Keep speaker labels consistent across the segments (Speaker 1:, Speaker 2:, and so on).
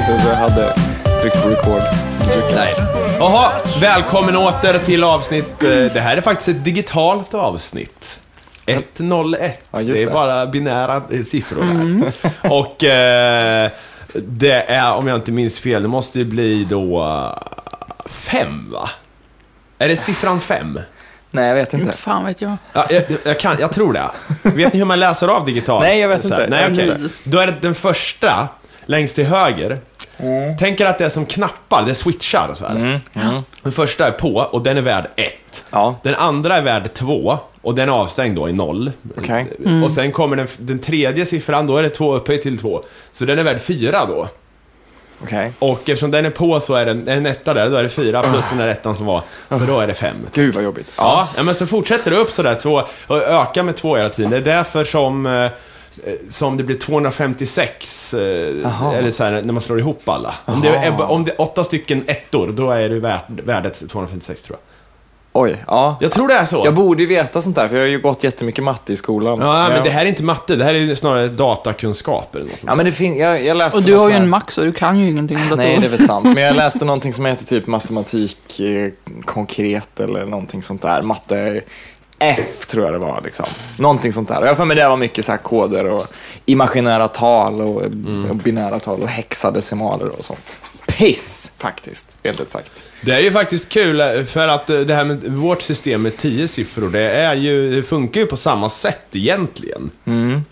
Speaker 1: hade tryckt på record. Så det brukar-
Speaker 2: Nej.
Speaker 3: Jaha, välkommen åter till avsnitt. eh, Det här är faktiskt ett digitalt avsnitt. 101.
Speaker 1: Ja,
Speaker 3: det.
Speaker 1: just
Speaker 3: är
Speaker 1: det. Mm.
Speaker 3: bara binära eh, siffror här. Och eh, det är, om jag inte minns fel, det måste ju bli då eh, fem va? Är det siffran fem?
Speaker 1: Nej, jag vet inte.
Speaker 2: Inte fan vet jag.
Speaker 3: Ja, jag, jag, kan, jag tror det. Vet ni hur man läser av digitalt?
Speaker 1: Nej, jag vet
Speaker 3: Så här,
Speaker 1: inte.
Speaker 3: Nej,
Speaker 1: Jag vet
Speaker 3: okej.
Speaker 2: inte.
Speaker 3: Då är det den första, längst till höger. Tänk er att det är som knappar, det switchar och så här.
Speaker 1: Mm,
Speaker 3: Den första är på och den är värd 1.
Speaker 1: Ja.
Speaker 3: Den andra är värd 2 och den är avstängd då i 0.
Speaker 1: Okej. Mm.
Speaker 3: Och sen kommer den, den tredje siffran, då är det 2 upphöjt till 2. Så den är värd 4 då.
Speaker 1: Okej.
Speaker 3: Och eftersom den är på så är den en etta där, då är det 4
Speaker 1: Ah.
Speaker 3: plus den där ettan som var. Så då är det 5.
Speaker 1: Gud vad jobbigt. Ja.
Speaker 3: Ja, ja, men så fortsätter det upp sådär två, och ökar med två hela tiden. Det är därför som, eh, som det blir 256, eh,
Speaker 1: Jaha.
Speaker 3: eller så här, när man slår ihop alla. Om det, är, om det är åtta stycken ettor, då är det värd, värdet 256 tror jag.
Speaker 1: Oj, ja.
Speaker 3: Jag tror det är så.
Speaker 1: Jag borde ju veta sånt där, för jag har ju gått jättemycket matte i skolan.
Speaker 3: ja, men det här är inte matte, det här är ju snarare datakunskap eller något sånt.
Speaker 1: Ja, men det finns... Jag, jag läste
Speaker 2: Och du
Speaker 1: någon
Speaker 2: har ju
Speaker 1: sån här-
Speaker 2: en Mac så du kan ju ingenting om datorer.
Speaker 1: Nej, det är väl sant. Men jag läste någonting som heter typ matematik eh, konkret eller någonting sånt där. Matte F tror jag det var. Liksom. Någonting sånt där. Och jag har för mig det var mycket så här koder och imaginära tal och,
Speaker 3: Mm.
Speaker 1: och binära tal och hexadecimaler och sånt. Piss, faktiskt, rent ut sagt.
Speaker 3: Det är ju faktiskt kul eh, för att eh, det här med vårt system med tio siffror, det, är ju, det funkar ju på samma sätt egentligen.
Speaker 1: Mm.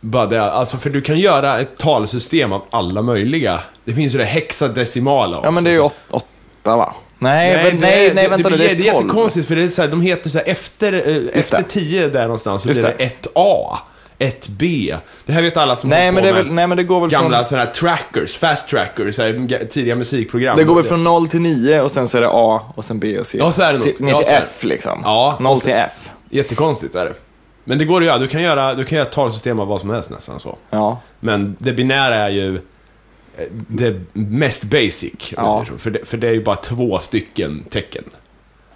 Speaker 3: Bara det, alltså för du kan göra ett talsystem av alla möjliga. Det finns ju det hexadecimala också.
Speaker 1: Ja, men det är ju åt, åtta, va? Nej,
Speaker 3: Nej,
Speaker 1: nej,
Speaker 3: det-
Speaker 1: nej, nej
Speaker 3: det-
Speaker 1: vänta
Speaker 3: det,
Speaker 1: nu,
Speaker 3: blir-
Speaker 1: det,
Speaker 3: Det
Speaker 1: är
Speaker 3: är
Speaker 1: tolv.
Speaker 3: jättekonstigt för det är så här, de heter så här, efter, eh, efter
Speaker 1: det.
Speaker 3: tio där någonstans så
Speaker 1: Just
Speaker 3: blir det 1A, 1B. Det här vet alla som
Speaker 1: Nej,
Speaker 3: håller
Speaker 1: men
Speaker 3: på
Speaker 1: det, är väl,
Speaker 3: med
Speaker 1: nej, men det går väl
Speaker 3: gamla
Speaker 1: från...
Speaker 3: sådana här trackers, fast trackers, så här, ga- tidiga musikprogram.
Speaker 1: Det går väl från 0 till 9 och sen så är det A och sen B och C.
Speaker 3: Ja, så är det nog.
Speaker 1: till, ner
Speaker 3: Ja,
Speaker 1: till
Speaker 3: så är det.
Speaker 1: F liksom.
Speaker 3: Ja, och
Speaker 1: 0
Speaker 3: så-
Speaker 1: till F.
Speaker 3: Jättekonstigt är det. Men det går ju, ja, du kan göra, du kan göra ett talsystem av vad som helst nästan så.
Speaker 1: Ja.
Speaker 3: Men det binära är ju eh, det mest basic. om
Speaker 1: Ja.
Speaker 3: man säger så. För, det, för det är ju bara två stycken tecken.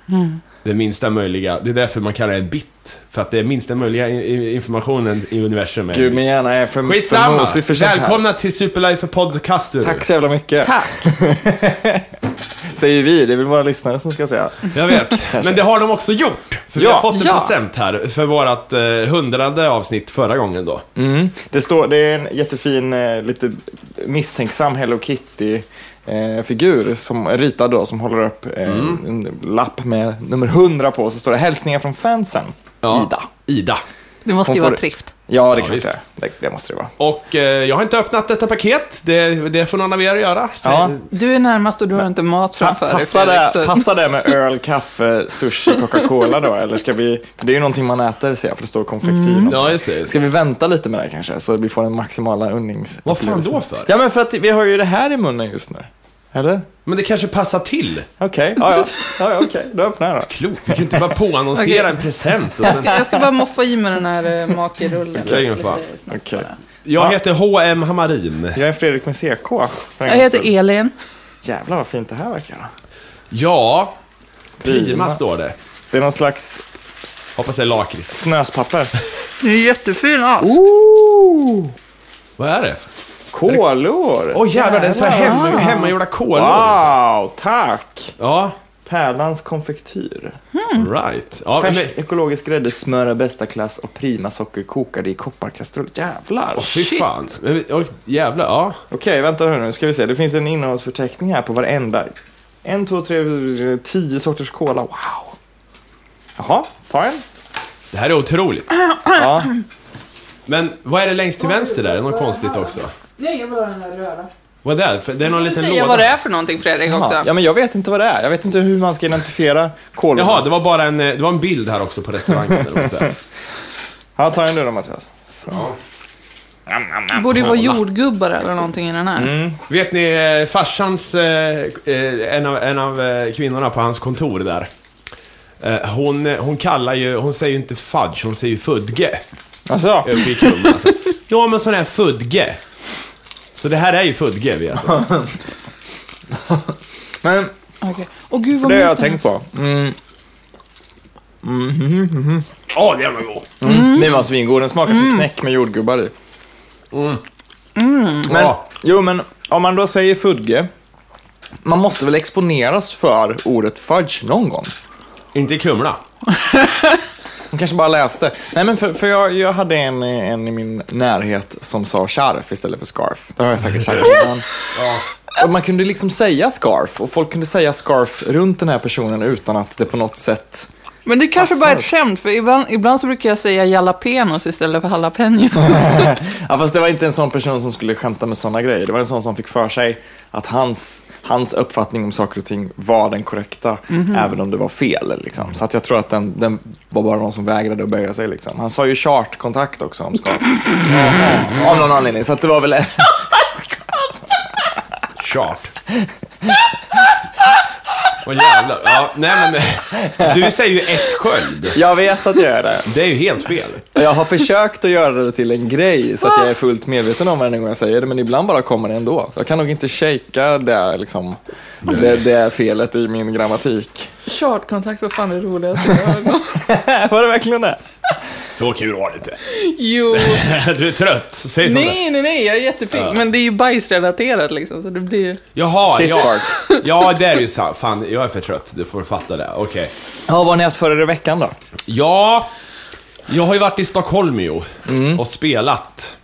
Speaker 1: Mm.
Speaker 3: Det minsta möjliga, det är därför man kallar det en bit. För att det är minsta möjliga i- i- informationen i universum. Är.
Speaker 1: Gud, min hjärna är för, för
Speaker 3: Skitsamma!
Speaker 1: mosig för sånt här.
Speaker 3: Välkomna till Superlife Podcaster.
Speaker 1: Tack så jävla mycket.
Speaker 2: Tack!
Speaker 1: Säger vi, det är väl våra lyssnare som ska säga.
Speaker 3: Jag vet, men det har de också gjort. För vi
Speaker 1: Ja.
Speaker 3: har fått en
Speaker 2: Ja.
Speaker 3: present här för vårt eh, hundrade avsnitt förra gången då.
Speaker 1: Mm. Det, står, det är en jättefin, eh, lite misstänksam Hello Kitty-figur som är ritad då, som håller upp eh,
Speaker 3: Mm.
Speaker 1: en lapp med nummer 100 på. Så står det hälsningar från fansen. Ida.
Speaker 3: Ida.
Speaker 2: Det måste
Speaker 1: Hon
Speaker 2: ju
Speaker 1: får-
Speaker 2: vara trift.
Speaker 1: Ja, det
Speaker 3: Ja,
Speaker 1: är klart
Speaker 3: visst.
Speaker 1: det är. det Det måste det vara.
Speaker 3: Och eh, jag har inte öppnat detta paket. Det, det får någon av er göra.
Speaker 1: Ja.
Speaker 2: Du är närmast och du har inte mat
Speaker 1: Pa-
Speaker 2: framför dig
Speaker 1: Passar
Speaker 2: Fredrik.
Speaker 1: det,
Speaker 2: så-
Speaker 1: passar det med öl, kaffe, sushi, Coca-Cola då? Eller ska vi, för det är ju någonting man äter ser jag, för det står konfektyr. Mm.
Speaker 3: Ja, just det. just
Speaker 1: Ska vi vänta lite med det här kanske, så vi får den maximala undnings...
Speaker 3: Vad fan då för?
Speaker 1: Ja, men för att vi har ju det här i munnen just nu. Eller?
Speaker 3: det. Men det kanske passar till.
Speaker 1: Okej, ja, ja. ja, ja okej. Då öppnar jag då.
Speaker 3: Klokt, vi kan inte bara påannonsera
Speaker 2: Okej.
Speaker 3: en present. Och
Speaker 2: Jag
Speaker 3: sen...
Speaker 2: ska, jag ska bara moffa i mig den här eh, makerullen.
Speaker 3: Okej, ingen
Speaker 2: Lite
Speaker 3: fara.
Speaker 2: snabbt
Speaker 1: Okej.
Speaker 2: bara.
Speaker 3: Jag heter H.M. Hammarin.
Speaker 1: Jag är Fredrik med CK. för en
Speaker 2: Jag
Speaker 1: gångs
Speaker 2: heter
Speaker 1: skull.
Speaker 2: Elin.
Speaker 1: Jävlar vad fint det här verkar.
Speaker 3: Ja, Prima står det.
Speaker 1: Det är någon slags
Speaker 3: Hoppas det är lakrits.
Speaker 1: fnöspapper.
Speaker 2: Du är jättefin as.
Speaker 1: Ooh,
Speaker 3: Vad är det?
Speaker 1: kolor!
Speaker 3: Åh jävlar, det är så här hemma, hemmagjorda kolor.
Speaker 1: Wow, tack!
Speaker 3: Ja,
Speaker 1: Pärlans konfektyr.
Speaker 3: right. Ja, men,
Speaker 1: Färsk ekologisk grädde, smör av bästa klass och prima socker kokade i kopparkastrull. Jävlar!
Speaker 3: fy fan. Men, och, jävlar, ja.
Speaker 1: Okej, vänta här nu. Ska vi se. Det finns en innehållsförteckning här på varenda. En, två, tre, tio sorters cola. Wow! Jaha, ta en.
Speaker 3: Det här är otroligt.
Speaker 1: Ja.
Speaker 3: Men vad är det längst till vänster där? Är det något konstigt också?
Speaker 2: Nej, jag vill ha den här röda.
Speaker 3: Vad är det? För Det är någon
Speaker 2: Du
Speaker 3: liten
Speaker 2: säga vad det
Speaker 3: låda.
Speaker 2: är för någonting Fredrik också.
Speaker 1: Ja, men jag vet inte vad det är. Jag vet inte hur man ska identifiera kolorna.
Speaker 3: Jaha, det var bara en, eh, det var en bild här också på restaurangen. eller vad man säger.
Speaker 1: Ja, ta en du då, Mattias. Så.
Speaker 2: Det borde ju vara jordgubbar eller någonting i den här.
Speaker 1: Mm.
Speaker 3: Vet ni eh, farsans, eh, eh, en av, en av eh, kvinnorna på hans kontor där. eh, Hon, eh, hon kallar ju, hon säger ju inte fudge, hon säger ju fudge.
Speaker 1: Alltså,
Speaker 3: Uppe i Kumla. Alltså. Ja men sån här fudge. Så det här är ju fudge vet jag.
Speaker 1: men
Speaker 2: Okej. Åh gud vad
Speaker 1: det har
Speaker 2: mycket.
Speaker 1: jag tänkt på. Mm.
Speaker 3: Åh, det var god.
Speaker 1: Den var svingod. Den smakar som knäck med jordgubbar i.
Speaker 3: Men,
Speaker 1: Jo, men om man då säger fudge, man måste väl exponeras för ordet fudge någon gång?
Speaker 3: Inte i Kumla.
Speaker 1: De kanske bara läste. Nej, men för, för jag, jag hade en, en i min närhet som sa scarf istället för scarf. Det har jag säkert sagt innan. Och man kunde liksom säga scarf och folk kunde säga scarf runt den här personen utan att det på något sätt...
Speaker 2: Men det kanske bara är ett
Speaker 1: Passar.
Speaker 2: skämt, för ibland, ibland så brukar jag säga jalapenos istället för jalapeno.
Speaker 1: Ja, fast det var inte en sån person som skulle skämta med sådana grejer. Det var en sån som fick för sig att hans, hans uppfattning om saker och ting var den korrekta, även om det var fel. Liksom. Så att jag tror att den, den var bara någon som vägrade att böja sig. Liksom. Han sa ju chartkontakt också om scarf. Av någon anledning, så att det var väl...
Speaker 3: Chart. Åh jävlar. Ja, nej men. eh, Du säger ju ett sköld.
Speaker 1: Jag vet att jag gör det.
Speaker 3: Det är ju helt fel.
Speaker 1: Och Jag har försökt att göra det till en grej så att jag är fullt medveten om varje gång jag säger det, men ibland bara kommer det ändå. Jag kan nog inte shakea det, här, liksom, det, det felet i min grammatik.
Speaker 2: Chartkontakt var fan det roligaste jag har hört någon-
Speaker 1: Var det verkligen det?
Speaker 3: Så kul var det inte.
Speaker 2: Jo,
Speaker 3: Du är trött. Säg som det
Speaker 2: nej, nej, nej, jag är jättepigg. Men det är ju bajsrelaterat liksom, så det blir...
Speaker 3: Jaha,
Speaker 1: Shit
Speaker 3: ja.
Speaker 1: fart.
Speaker 3: Ja, det är ju så. Fan, jag är för trött. Du får fatta det. Okej.
Speaker 1: Ja, vad har ni haft för er i veckan då?
Speaker 3: Ja, jag har ju varit i Stockholm ju
Speaker 2: Mm.
Speaker 3: och spelat.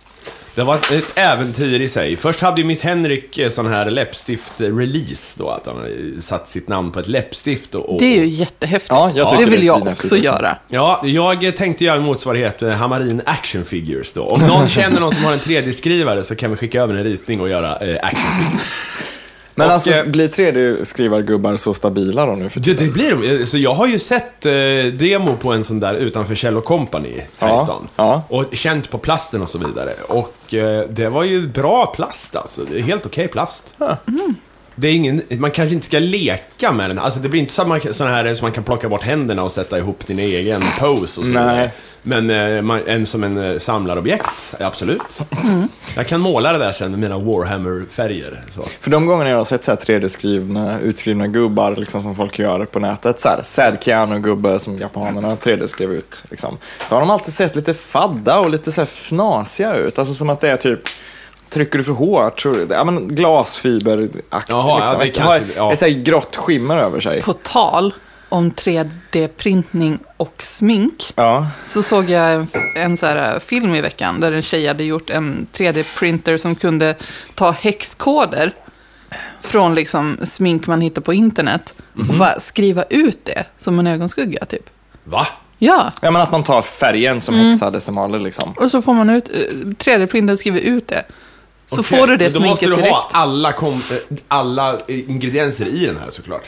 Speaker 3: Det var ett- ett äventyr i sig. Först hade ju Miss Henrik eh, sån här läppstift-release då, att han hade satt sitt namn på ett läppstift och... och
Speaker 2: Det är ju jättehäftigt.
Speaker 1: Ja, jag tycker
Speaker 2: det vill
Speaker 1: det är
Speaker 2: jag
Speaker 1: svinhäftigt
Speaker 2: också
Speaker 1: också.
Speaker 2: göra.
Speaker 3: Ja, jag tänkte göra en motsvarighet med Hamarin Action Figures då. Om någon känner någon som har en 3D-skrivare så kan vi skicka över en ritning och göra eh, action figures.
Speaker 1: Men
Speaker 3: Och,
Speaker 1: alltså,
Speaker 3: eh,
Speaker 1: blir 3D-skrivargubbar så stabila då nu för
Speaker 3: Ja, det blir de. Så jag har ju sett eh, demo på en sån där utanför Kjell Company här
Speaker 1: Ja,
Speaker 3: i stan.
Speaker 1: ja.
Speaker 3: Och känt på plasten och så vidare. Och eh, det var ju bra plast alltså. Det är helt okej plast. Det är ingen, man kanske inte ska leka med den. Alltså det blir inte samma sån här som man kan plocka bort händerna och sätta ihop din egen pose och så vidare.
Speaker 1: Nej.
Speaker 3: Men eh, man, en som en eh, samlarobjekt, absolut. Jag kan måla det där sen med mina Warhammer-färger. Så.
Speaker 1: För de gångerna jag har sett så här 3D-skrivna, utskrivna gubbar liksom, som folk gör på nätet, så här sad Keanu-gubbe som japanerna 3D-skrev ut, liksom, så har de alltid sett lite fadda och lite så här fnasiga ut. Alltså som att det är typ, trycker du för hårt, tror du, ja, men glasfiberaktigt.
Speaker 3: Jaha, ja, det
Speaker 1: har
Speaker 3: kanske- ja.
Speaker 1: ett så här grått skimmer över sig.
Speaker 2: På tal om 3D-printning och smink,
Speaker 1: Ja.
Speaker 2: så såg jag en, en så här eh, film i veckan där en tjej hade gjort en 3D-printer som kunde ta häxkoder från liksom smink man hittar på internet och bara skriva ut det som en ögonskugga typ.
Speaker 3: Va?
Speaker 2: Ja,
Speaker 1: ja, men att man tar färgen som hexadecimaler liksom.
Speaker 2: och så får man ut, eh, 3D-printern skriver ut det. Så
Speaker 3: Okej,
Speaker 2: får du det
Speaker 3: men Då måste
Speaker 2: sminket
Speaker 3: du
Speaker 2: direkt.
Speaker 3: ha alla, kom, eh, alla eh, ingredienser i den här såklart.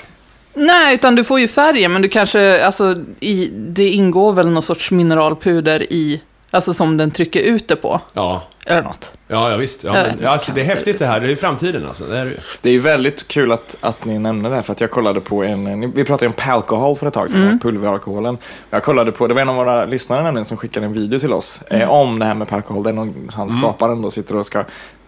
Speaker 2: Nej, utan du får ju färgen, men du kanske, alltså, i, det ingår väl någon sorts mineralpuder i, alltså som den trycker ut det på,
Speaker 3: Ja.
Speaker 2: eller något.
Speaker 3: Ja, ja visst. Ja,
Speaker 2: Jag
Speaker 3: men,
Speaker 2: vet
Speaker 3: ja, alltså, det är häftigt det här. Det är ju framtiden alltså. Det är det ju.
Speaker 1: Det är ju väldigt kul att, att ni nämner det här för att jag kollade på en, en- vi pratade ju om palkohol för ett tag sedan, den här pulveralkoholen. Jag kollade på, det var en av våra lyssnare nämligen som skickade en video till oss eh, om det här med palkohol. Det är någon, han skaparen då sitter och ska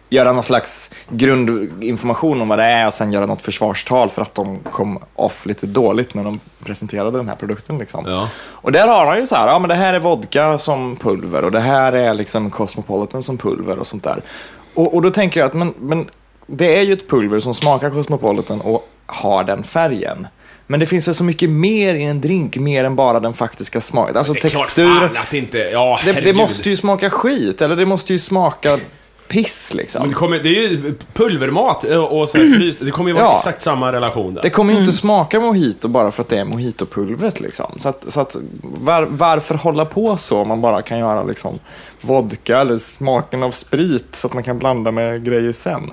Speaker 1: göra någon slags grundinformation om vad det är och sen göra något försvarstal för att de kom off lite dåligt när de presenterade den här produkten. Liksom.
Speaker 3: Ja.
Speaker 1: Och där har han ju så här, ja men det här är vodka som pulver och det här är liksom Cosmopolitan som pulver och sånt där. Och, och då tänker jag att men, men det är ju ett pulver som smakar Cosmopolitan och har den färgen. Men det finns väl så mycket mer i en drink, mer än bara den faktiska smaken. Alltså textur.
Speaker 3: fan att det inte... Ja,
Speaker 1: Det, det
Speaker 3: herregud.
Speaker 1: måste ju smaka skit, eller det måste ju smaka piss liksom.
Speaker 3: Men det, kommer, det är ju pulvermat eh, och och så
Speaker 2: Mm.
Speaker 3: här fryst. Det kommer ju vara
Speaker 1: Ja.
Speaker 3: exakt samma relation där.
Speaker 1: Det kommer ju inte smaka mojito bara för att det är mojitopulvret. Liksom. Så, att, så att, var, varför hålla på så om man bara kan göra liksom, vodka eller smaken av sprit så att man kan blanda med grejer sen?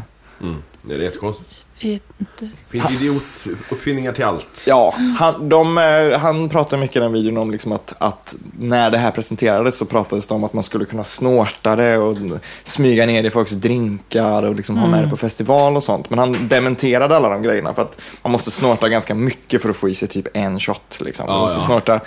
Speaker 3: Det är jättekonstigt.
Speaker 2: Vet inte.
Speaker 3: Det finns idiotuppfinningar till allt.
Speaker 1: Ja, han, de, eh, han pratar mycket i den videon om liksom att, att när det här presenterades så pratades det om att man skulle kunna snorta det och smyga ner det i folks drinkar och liksom ha med det på festival och sånt. Men han dementerade alla de grejerna för att man måste snorta ganska mycket för att få i sig typ en shot. Liksom. Man
Speaker 3: Ja,
Speaker 1: måste
Speaker 3: ja.
Speaker 1: snorta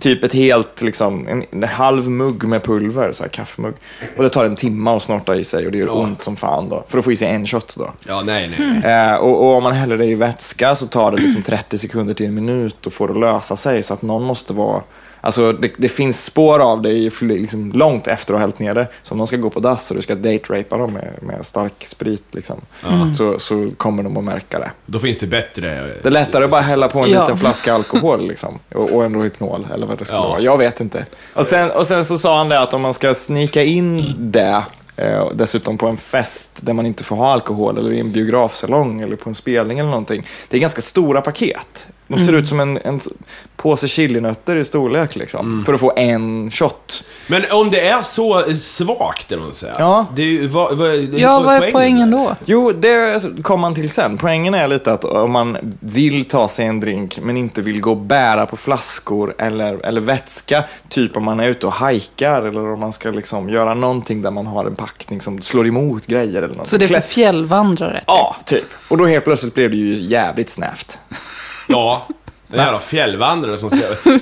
Speaker 1: typ ett helt, liksom, en, en halv mugg med pulver, så här kaffemugg. Och det tar en timme att snorta i sig och det gör
Speaker 3: Ja.
Speaker 1: ont som fan då, för att få i sig en shot då.
Speaker 2: Mm.
Speaker 3: Ja, nej, nej. nej.
Speaker 1: Eh, och, och om man häller det i vätska så tar det liksom 30 sekunder till en minut och får det att lösa sig. Så att någon måste vara... Alltså det, det finns spår av det i, fly- liksom, långt efter att ha hällt ner det. Så om någon ska gå på dass och du ska date-rapa dem med, med stark sprit liksom, så, så kommer de att märka det.
Speaker 3: Då finns det bättre...
Speaker 1: Det är lättare att bara hälla på en
Speaker 2: Ja.
Speaker 1: liten flaska alkohol liksom. Och, och en Rohypnol eller vad det skulle
Speaker 3: Ja.
Speaker 1: vara. Jag vet inte. Och sen, och sen så sa han det att om man ska snika in det, eh, och dessutom på en fest där man inte får ha alkohol eller i en biografsalong eller på en spelning eller någonting. Det är ganska stora paket. De ser ut som en, en s- påse chilinötter i storlek liksom. För att få en shot.
Speaker 3: Men om det är så svagt, eller vad man säger.
Speaker 1: Ja.
Speaker 3: Det är ju, vad, vad, det
Speaker 2: Ja, vad är poängen
Speaker 3: där?
Speaker 2: då?
Speaker 1: Jo, det kom man till sen. Poängen är lite att om man vill ta sig en drink men inte vill gå och bära på flaskor eller, eller vätska, typ om man är ute och hajkar eller om man ska liksom göra någonting där man har en packning som slår emot grejer eller något.
Speaker 2: Så det är för
Speaker 1: Klä-
Speaker 2: fjällvandrare? typ?
Speaker 1: Ja, typ. Och då helt plötsligt blev det ju jävligt snävt.
Speaker 3: Ja. En jävla fjällvandrare som ska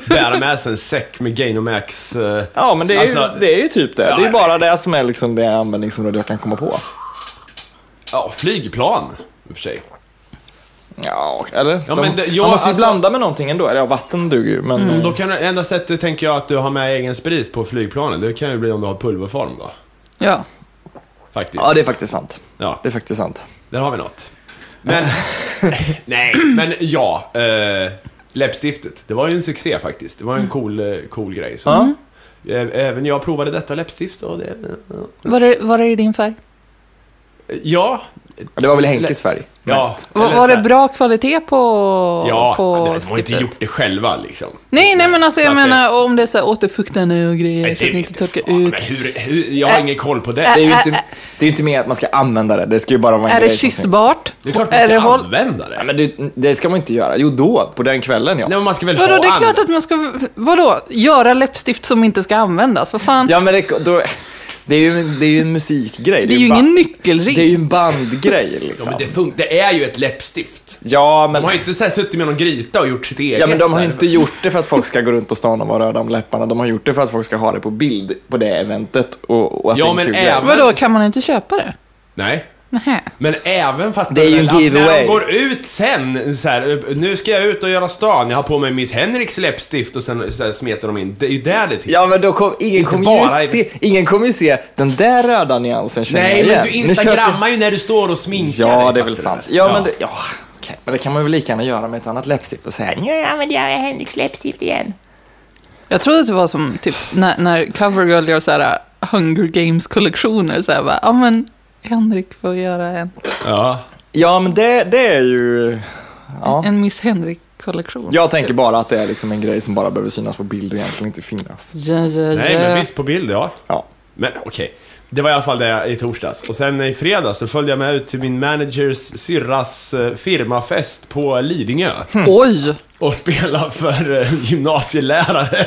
Speaker 3: bära med sig en säck med Gainomax... eh,
Speaker 1: Ja, men det är,
Speaker 3: Alltså-
Speaker 1: ju, det är ju typ det.
Speaker 3: Ja,
Speaker 1: det är ju
Speaker 3: jag
Speaker 1: bara det som är liksom det användningsområde jag kan komma på.
Speaker 3: Ja, flygplan. I och för sig.
Speaker 1: Ja, eller?
Speaker 3: Ja,
Speaker 1: De-
Speaker 3: men det- ja,
Speaker 1: man måste
Speaker 3: alltså-
Speaker 1: ju
Speaker 3: Mm.
Speaker 1: blanda med någonting ändå. Eller ja, vatten duger ju, men...
Speaker 3: Då kan du, enda sättet tänker jag att du har med egen sprit på flygplanen, det kan ju bli om du har pulverform då.
Speaker 2: typ. Ja.
Speaker 3: Faktiskt.
Speaker 1: Ja, det är faktiskt sant.
Speaker 3: Ja,
Speaker 1: Det är faktiskt sant.
Speaker 3: där har vi något. Men, nej, men ja. Eh, läppstiftet, det var ju en succé faktiskt. Det var en cool, eh, cool grej. Så.
Speaker 2: Mm.
Speaker 1: Ja.
Speaker 3: Ä- Även jag provade detta läppstift och det...
Speaker 2: Var är, var är det din färg?
Speaker 3: Ja.
Speaker 1: Det var väl Henkes färg?
Speaker 3: Ja,
Speaker 1: mest.
Speaker 2: Var,
Speaker 3: eller
Speaker 2: var
Speaker 3: så
Speaker 2: det
Speaker 3: här-
Speaker 2: bra kvalitet på,
Speaker 3: Ja,
Speaker 2: på
Speaker 3: de har inte
Speaker 2: stiftet?
Speaker 3: gjort det själva liksom.
Speaker 2: Nej, nej, men alltså
Speaker 3: Så
Speaker 2: jag
Speaker 3: att det-
Speaker 2: menar om det är så här återfuktande och grejer
Speaker 3: Nej,
Speaker 2: så att det
Speaker 3: vet
Speaker 2: inte torkar
Speaker 3: fan,
Speaker 2: ut.
Speaker 3: Men hur, hur, jag har
Speaker 2: Ä-
Speaker 3: ingen koll på det.
Speaker 1: Det är ju
Speaker 2: Ä-
Speaker 1: inte, det är ju inte mer att man ska använda det, det ska ju bara vara en
Speaker 2: Är
Speaker 1: grej
Speaker 2: det
Speaker 1: som finns.
Speaker 2: kyssbart?
Speaker 3: det är klart man
Speaker 2: är
Speaker 3: ska
Speaker 2: det håll...
Speaker 3: använda
Speaker 1: Nej,
Speaker 3: det.
Speaker 1: men det, det ska man inte göra. Jo, då, på den kvällen ja.
Speaker 3: Nej, men man ska väl
Speaker 2: Vadå,
Speaker 3: ha
Speaker 2: det är klart
Speaker 3: andra-
Speaker 2: att man ska... Vadå? Göra läppstift som inte ska användas? Vad fan?
Speaker 1: Ja, men det, då, det, är ju, det är ju en musikgrej.
Speaker 2: det är ju
Speaker 1: ba-
Speaker 2: ingen nyckelring.
Speaker 1: Det är ju en bandgrej
Speaker 3: Ja,
Speaker 1: liksom.
Speaker 3: men det, fun- det är ju ett läppstift.
Speaker 1: Ja,
Speaker 3: De
Speaker 1: men,
Speaker 3: har ju inte så här suttit med någon gryta och gjort sitt eget.
Speaker 1: ja, men de har
Speaker 3: så
Speaker 1: ju
Speaker 3: här.
Speaker 1: inte gjort det för att folk ska gå runt på stan och vara röda om läpparna. De har gjort det för att folk ska ha det på bild på det eventet och, och att
Speaker 3: Ja,
Speaker 1: det är en
Speaker 3: men
Speaker 1: kul grej.
Speaker 3: även-
Speaker 2: Vadå, kan man inte köpa det?
Speaker 3: Nej.
Speaker 2: Nähä.
Speaker 3: Men även fattar
Speaker 1: Det är
Speaker 3: du
Speaker 1: ju en
Speaker 3: väl att När
Speaker 1: giveaway.
Speaker 3: de går ut sen, så här, nu ska jag ut och göra stan, jag har på mig Miss Henriks läppstift och sen så här, smetar de in. Det är ju där det är till.
Speaker 1: Ja, men då kom, ingen,
Speaker 3: Inte
Speaker 1: kommer
Speaker 3: bara i-
Speaker 1: ju se, ingen kommer ju se den där röda nyansen känner
Speaker 3: Nej,
Speaker 1: jag
Speaker 3: men
Speaker 1: igen.
Speaker 3: du
Speaker 1: Nu köper-
Speaker 3: instagrammar ju när du står och sminkar dig,
Speaker 1: Ja, det
Speaker 3: fattar
Speaker 1: är väl
Speaker 3: du
Speaker 1: sant.
Speaker 3: väl?
Speaker 1: Ja, Men, det, ja, okej. men det kan man väl lika gärna göra med ett annat läppstift och säga "Nja,
Speaker 4: Nu använder jag Henriks läppstift igen.
Speaker 2: Jag trodde att det var som typ när, när Covergirl gör så här äh, Hunger Games-kollektioner. Så här bara, ja men Henrik får göra en,
Speaker 3: Ja.
Speaker 1: ja, men det, det är ju... Ja.
Speaker 2: en Miss Henrik-kollektion.
Speaker 1: Jag tänker bara att det är liksom en grej som bara behöver synas på bild och egentligen inte finnas.
Speaker 2: Ja, ja,
Speaker 3: Nej,
Speaker 2: ja.
Speaker 3: men visst på bild, ja.
Speaker 1: Ja.
Speaker 3: Men okej. Det var i alla fall det i torsdags. Och sen i fredags så följde jag med ut till min managers syrras eh, firmafest på Lidingö.
Speaker 2: Mm. Oj!
Speaker 3: Och spelade för eh, gymnasielärare.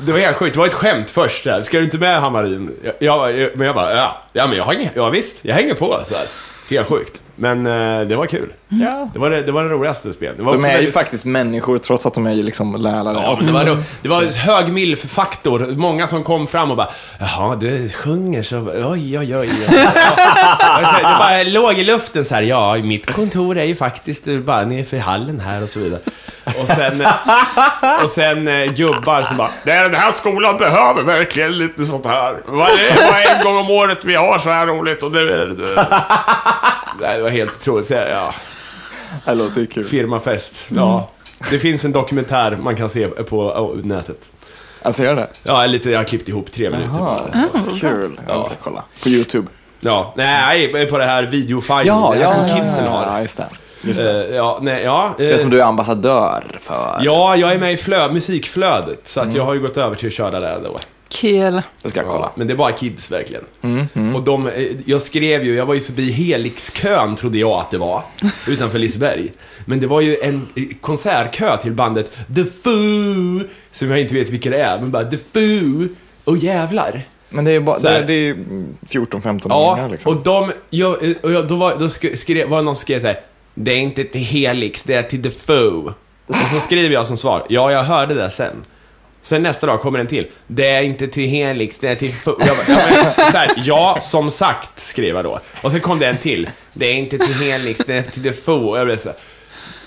Speaker 3: det var helt sjukt. Det var ett skämt först. Där. Ska du inte med Hammarin? Jag, jag, jag- men jag bara, ja. Ja, men jag hänger, ja visst. Jag hänger på. Så här. Helt sjukt. Men eh, det var kul.
Speaker 1: Ja.
Speaker 3: Det var det, det, var det roligaste spelet. Det var
Speaker 1: De
Speaker 3: också
Speaker 1: är ju
Speaker 3: väldigt-
Speaker 1: faktiskt människor trots att de är ju liksom lärare.
Speaker 3: Ja, men det var, då- det var hög milf-faktor. Många som kom fram och bara ”Jaha, du sjunger så... Oj, oj, oj, oj.” Det bara låg i luften så här. ”Ja, mitt kontor är ju faktiskt bara nere för hallen här” och så vidare. Och sen, och sen eh, gubbar som bara
Speaker 5: Nej, den här skolan behöver verkligen lite sånt här. Vad är det bara en gång om året vi har så här roligt och nu är det du.
Speaker 3: Nej, det var helt otroligt. Så, ja,
Speaker 1: Det låter ju kul.
Speaker 3: firmafest. Ja. Det finns en dokumentär man kan se på oh, nätet.
Speaker 1: Alltså gör det? Typ,
Speaker 3: Ja, lite, jag har klippt ihop tre minuter bara.
Speaker 1: Ja, kul. Jag ska kolla. På YouTube.
Speaker 3: Ja, nej, på det här videofilen som kidsen har.
Speaker 1: Ja, just det.
Speaker 3: Eh, ja, nej, ja. eh,
Speaker 1: Det som du är ambassadör för.
Speaker 3: Ja, jag är med i flö- musikflödet, så att jag har ju gått över till att köra det då.
Speaker 2: Kill.
Speaker 1: Det ska jag kolla.
Speaker 3: Ja, men det är bara kids verkligen. Och de, eh, jag skrev ju, jag var ju förbi Helixkön trodde jag att det var, utanför Liseberg. Men det var ju en eh, konsertkö till bandet The Foo, som jag inte vet vilka det är, men bara The Foo. Och jävlar.
Speaker 1: Men det är ju bara,
Speaker 3: Så här.
Speaker 1: det, det är ju 14-15-åringar
Speaker 3: Ja,
Speaker 1: liksom.
Speaker 3: och de, jag, eh, och jag, då, var, då sk- skrev, var det någon som skrev såhär, det är inte till Helix, det är till The Foe. Och så skriver jag som svar, ja jag hörde det sen. Sen nästa dag kommer en till. Det är inte till Helix, det är till... Fu-" Jag, bara, ja, men, så här, ja, som sagt, skrev jag då. Och sen kom det en till. Det är inte till Helix, det är till The Fo. Och jag blev så här,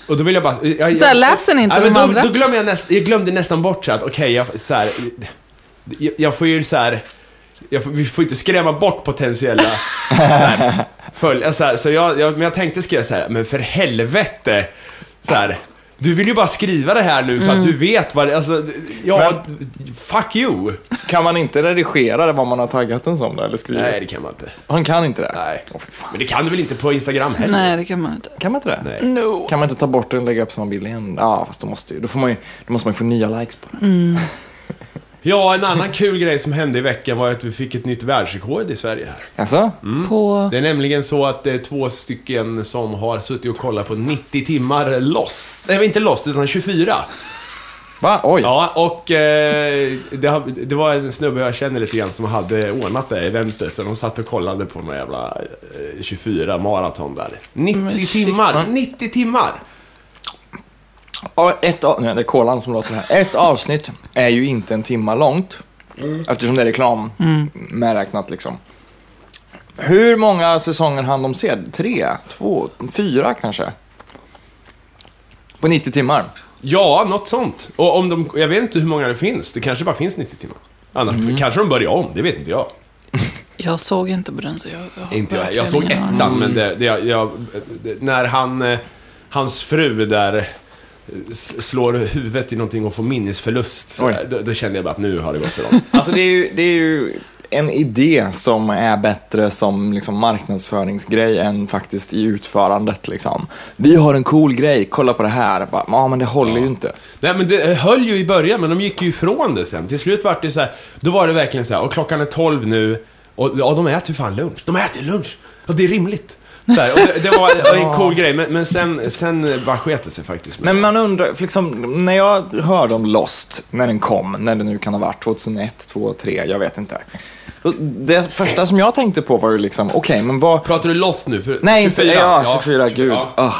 Speaker 3: och då vill jag bara... Jag,
Speaker 2: Så här, läs den inte,
Speaker 3: Ja, men
Speaker 2: de
Speaker 3: då,
Speaker 2: andra.
Speaker 3: då glömde jag, näst, jag glömde nästan bort så här att okej, jag, så här, jag, jag får ju så här... Jag får, vi får inte skrämma bort potentiella så här, följ, så, här, så jag, jag, men jag tänkte skriva så här, men för helvete. Så här, du vill ju bara skriva det här nu för att du
Speaker 2: Mm.
Speaker 3: vet vad det, alltså, ja, fuck you.
Speaker 1: Kan man inte redigera det vad man har taggat den som då? Eller skriva?
Speaker 3: Nej, det kan man inte.
Speaker 1: Han kan inte det?
Speaker 3: Nej.
Speaker 1: Åh, fy fan.
Speaker 3: Men det kan du väl inte på Instagram heller?
Speaker 2: Nej, det kan man inte.
Speaker 1: Kan man inte det?
Speaker 3: Nej.
Speaker 2: No.
Speaker 1: Kan man inte ta bort den och lägga upp samma bild igen? Ja, fast då måste, ju, då, får man ju, då måste man ju få nya likes på den.
Speaker 3: Ja, en annan kul grej som hände i veckan var att vi fick ett nytt världsrekord i Sverige. här.
Speaker 1: Alltså?
Speaker 3: Mm.
Speaker 2: På...
Speaker 3: Det är nämligen så att det är två stycken som har suttit och kollat på 90 timmar lost. Nej, inte lost, utan 24.
Speaker 1: Va? Oj.
Speaker 3: Ja, och eh, det, har- det var en snubbe jag känner lite grann som hade ordnat det eventet. Så de satt och kollade på några jävla eh, 24 maraton där. 90
Speaker 2: Men shit.
Speaker 3: timmar! 90 timmar!
Speaker 1: Ja, Ett, av- nej, det är kolan som låter här. Ett avsnitt är ju inte en timma långt.
Speaker 3: Mm.
Speaker 1: Eftersom det är reklam medräknat liksom. Hur många säsonger hann de se? Tre? Två? Fyra kanske? På 90 timmar?
Speaker 3: Ja, något sånt. Och om de, jag vet inte hur många det finns. Det kanske bara finns 90 timmar. Annars
Speaker 2: Mm.
Speaker 3: kanske de börjar om, det vet inte jag.
Speaker 2: Jag såg inte på den, så jag... jag har
Speaker 3: Inte jag. Jag
Speaker 2: verkligen
Speaker 3: såg
Speaker 2: ingen aning.
Speaker 3: ettan, men det, det, jag, jag, det, när han, eh, hans fru där eh, s- slår huvudet i någonting och får minnesförlust, så
Speaker 1: Oj.
Speaker 3: här, då, då kände jag bara att nu har det gått för långt.
Speaker 1: Alltså det är ju, det är ju en idé som är bättre som liksom marknadsföringsgrej än faktiskt i utförandet. Liksom. Vi har en cool grej, kolla på det här. Bara, Ja, men det håller ju inte.
Speaker 3: Nej men det eh, höll ju i början, men de gick ju ifrån det sen. Till slut var det så här, då var det verkligen så här, och klockan är 12 nu, och ja, de äter ju fan lunch. De äter lunch! Och det är rimligt. Så här, och det, det var en cool grej, men, men sen, sen bara sket det sig faktiskt. med
Speaker 1: Men man undrar, för liksom, när jag hörde om Lost, när den kom, när det nu kan ha varit 2001, 2003, jag vet inte. Det första som jag tänkte på var ju liksom, okej, men vad...
Speaker 3: Pratar du lost nu? För,
Speaker 1: Nej, inte,
Speaker 3: 24,
Speaker 1: ja, 24, gud.
Speaker 3: Ja.
Speaker 1: Ah.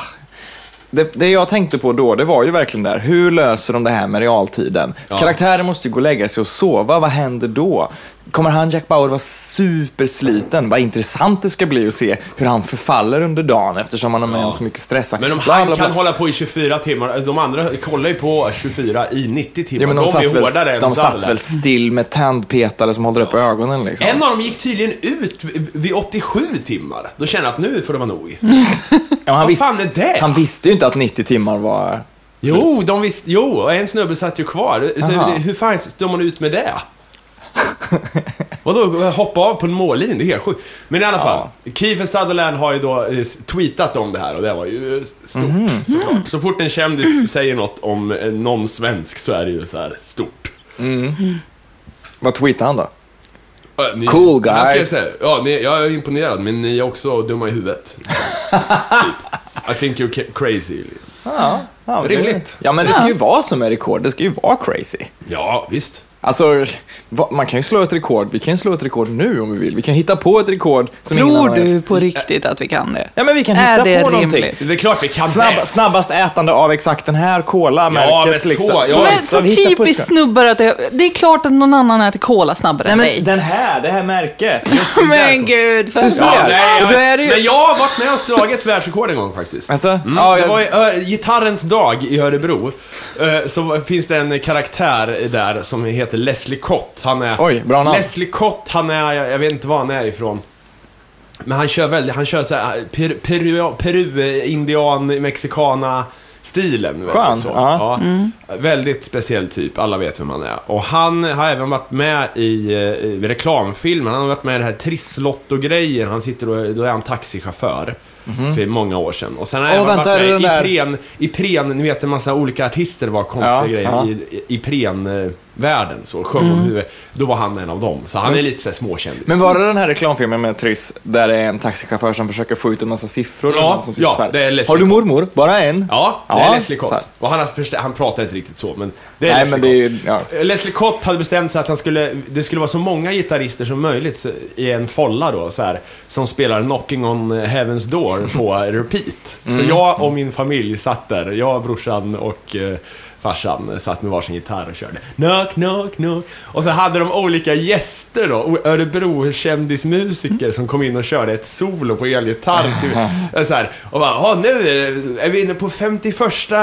Speaker 1: Det, det jag tänkte på då, det var ju verkligen där, hur löser de det här med realtiden?
Speaker 3: Ja.
Speaker 1: Karaktären måste ju gå och lägga sig och sova, vad händer då? Kommer han Jack Bauer vara supersliten? Vad intressant det ska bli att se hur han förfaller under dagen eftersom han har med om så mycket stress.
Speaker 3: Men om
Speaker 1: Bla,
Speaker 3: han
Speaker 1: bla, bla.
Speaker 3: kan hålla på i 24 timmar, eh, de andra kollar ju på 24 i 90 timmar.
Speaker 1: Ja, men de,
Speaker 3: de,
Speaker 1: satt,
Speaker 3: är hårdare
Speaker 1: väl,
Speaker 3: än
Speaker 1: de
Speaker 3: oss
Speaker 1: satt
Speaker 3: alla.
Speaker 1: väl still med tandpetare som håller upp ögonen liksom.
Speaker 3: En av dem gick tydligen ut vid 87 timmar. Då kände jag att nu får det vara nog.
Speaker 1: Ja, han,
Speaker 3: Vad
Speaker 1: visste-
Speaker 3: fan är det?
Speaker 1: han visste ju inte att 90 timmar var...
Speaker 3: Jo, de visst, jo, och en snubbe satt ju kvar. Så
Speaker 1: Aha.
Speaker 3: det- hur fan står man ut med det? Vadå, hoppa av på en mållinje? Det är helt sjukt. Men i alla fall, Kiefer Sutherland har ju då eh, tweetat om det här och det var ju eh, stort
Speaker 1: Mhm.
Speaker 3: såklart. Så fort en kändis säger något om eh, någon svensk så är det ju så här stort.
Speaker 1: Vad tweetade han då?
Speaker 3: Eh, Ni,
Speaker 1: Cool
Speaker 3: jag ska
Speaker 1: guys.
Speaker 3: säga, ja, ni, jag är imponerad, men ni är också dumma i huvudet. typ. I think you're ca- crazy.
Speaker 1: Ja, ja,
Speaker 3: Rimligt.
Speaker 1: Det, ja, men det ska ju vara som är rekord. Det ska ju vara crazy.
Speaker 3: Ja, visst.
Speaker 1: Alltså, va- man kan ju slå ett rekord. Vi kan ju slå ett rekord nu om vi vill. Vi kan hitta på ett rekord som ingen
Speaker 2: Tror
Speaker 1: annan har
Speaker 2: du
Speaker 1: gjort.
Speaker 2: på riktigt att vi kan det?
Speaker 1: Ja, men vi kan
Speaker 2: Är
Speaker 1: hitta
Speaker 2: det
Speaker 1: på någonting.
Speaker 2: rimligt?
Speaker 3: Det är klart vi kan
Speaker 1: Snabb,
Speaker 3: det.
Speaker 1: snabbast ätande av exakt den här cola-märket.
Speaker 3: Ja, men så,
Speaker 1: liksom.
Speaker 3: ja.
Speaker 2: Men så
Speaker 1: vi hittar på ett-
Speaker 2: typiskt snubbar att det, det är klart att någon annan äter cola snabbare
Speaker 1: Nej,
Speaker 2: än
Speaker 1: men
Speaker 2: dig.
Speaker 1: den här, det här märket.
Speaker 2: Men gud, för
Speaker 1: ser.
Speaker 2: fan.
Speaker 3: Ja, nej, jag,
Speaker 1: Och då är det ju-
Speaker 3: Men jag har varit med och slagit världsrekord en gång faktiskt.
Speaker 1: Alltså,
Speaker 3: Mm,
Speaker 1: ja,
Speaker 3: Det
Speaker 1: jag-
Speaker 3: var i Ö- gitarrens dag i Örebro. Eh, Så finns det en karaktär där som heter Leslie Cott. Han är...
Speaker 1: Oj, bra namn.
Speaker 3: Leslie Cott, han är... Jag jag vet inte var han är ifrån. Men han kör väldigt... Han kör så här per, peru, peru, indian, mexikana stilen. väldigt
Speaker 1: Skön,
Speaker 3: så.
Speaker 1: ja.
Speaker 3: Ja. Väldigt speciell typ, alla vet vem han är. Och han har även varit med i, eh, i reklamfilmen, han har varit med i det här Trisslotto-grejen. Han sitter och, då är han taxichaufför. För många år sedan. Och sen har han
Speaker 1: Mhm. Åh,
Speaker 3: även
Speaker 1: vänta, är det
Speaker 3: varit
Speaker 1: den
Speaker 3: med
Speaker 1: där-
Speaker 3: i Ipren, Ipren, ni vet en massa olika artister var konstiga
Speaker 1: Ja,
Speaker 3: grejer
Speaker 1: ja. Mm.
Speaker 3: i, i Ipren-världen. Så sjöng om huvudet. Då var han en av dem. Så han är lite såhär småkändis.
Speaker 1: Men var det den här reklamfilmen med Triss där det är en taxichaufför som försöker få ut en massa siffror?
Speaker 3: Ja,
Speaker 1: och någon som sitter
Speaker 3: ja,
Speaker 1: så här,
Speaker 3: det är Leslie
Speaker 1: Har du mormor? Bara en?
Speaker 3: Ja, det är
Speaker 1: Ja,
Speaker 3: Leslie
Speaker 1: så här.
Speaker 3: Cott. Och han, har förstä- han pratar inte riktigt så, men det är
Speaker 1: Nej,
Speaker 3: Leslie
Speaker 1: men det är ju... Ja.
Speaker 3: Eh, Leslie Cott hade bestämt sig att han skulle, det skulle vara så många gitarrister som möjligt så- i en folla då, så här, som spelar Knocking on Heaven's
Speaker 1: Mm.
Speaker 3: Door på repeat. Så jag och min familj satt där, jag, brorsan och eh, farsan satt med varsin gitarr och körde knock, knock, knock. Och så hade de olika gäster då, O- Örebro-kändismusiker som kom in och körde ett solo på elgitarr. Typ. så här, och bara, "Ja, nu är vi inne på 51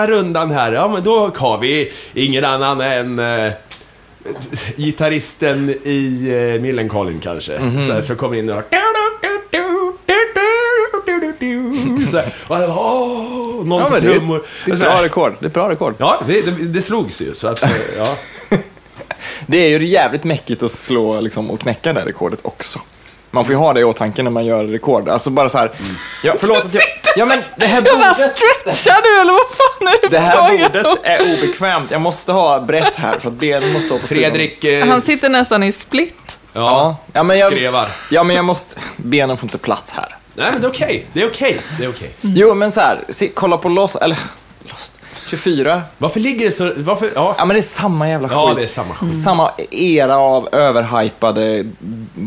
Speaker 3: rundan här. Ja, men då har vi ingen annan än eh, gitarristen i eh, Millencolin kanske.
Speaker 1: Mhm.
Speaker 3: så, här, så kommer in och så här, och alla bara, åh, någon
Speaker 1: Ja,
Speaker 3: på
Speaker 1: men det,
Speaker 3: trummor.
Speaker 1: det är
Speaker 3: Och
Speaker 1: ett
Speaker 3: så här,
Speaker 1: bra rekord. Det är ett bra rekord.
Speaker 3: Ja, det, det, det slogs ju. Så att, eh, ja.
Speaker 1: Det är ju jävligt mäckigt att slå liksom, och knäcka det här rekordet också. Man får ju ha det i åtanke när man gör rekord. Alltså bara så här,
Speaker 3: Mm.
Speaker 1: ja, förlåt att jag... Ja, men det här
Speaker 2: Jag bara
Speaker 1: bordet,
Speaker 2: stretchar du eller vad fan är det,
Speaker 1: det här
Speaker 2: frågan om?
Speaker 1: bordet är obekvämt. Jag måste ha brett här för att benen måste vara på sidan.
Speaker 3: Fredrik eh,
Speaker 2: Han sitter nästan i split.
Speaker 3: ja,
Speaker 1: Ja, ja, men jag,
Speaker 3: skrevar.
Speaker 1: ja, men jag måste... Benen får inte plats här.
Speaker 3: Nej, men det är okej. Det är okej. Det är okej.
Speaker 1: Jo, men så här, se, kolla på Lost, eller Lost, 24.
Speaker 3: Varför ligger det så... Varför, ja.
Speaker 1: Ja, men det är samma jävla skit. Mm.
Speaker 3: ja, det är samma skit.
Speaker 1: Samma era av överhypade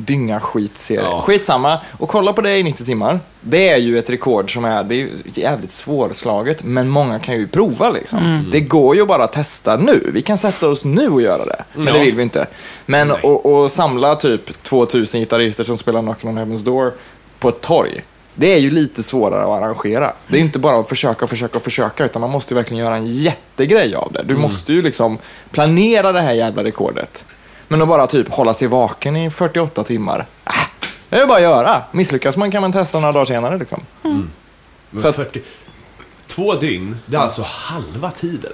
Speaker 1: dynga-skitserier.
Speaker 3: Ja.
Speaker 1: Skitsamma. Och kolla på det i 90 timmar. Det är ju ett rekord som är, det är ju jävligt svårslaget, men många kan ju prova liksom.
Speaker 3: Mm.
Speaker 1: Det går ju bara att testa nu. Vi kan sätta oss nu och göra det. Men
Speaker 3: Ja.
Speaker 1: det vill vi inte. Men
Speaker 3: Nej.
Speaker 1: och, och samla typ 2000 gitarrister som spelar Knockin' on Heaven's Door på ett torg. Det är ju lite svårare att arrangera. Det är inte bara att försöka, försöka, försöka, utan man måste ju verkligen göra en jättegrej av det. Du
Speaker 3: Mm.
Speaker 1: måste ju liksom planera det här jävla rekordet. Men att bara typ hålla sig vaken i 48 timmar, äh, det är ju bara att göra. Misslyckas man kan man testa några dagar senare liksom.
Speaker 3: Men
Speaker 1: Så att-
Speaker 3: 40, två dygn, det är alltså halva tiden.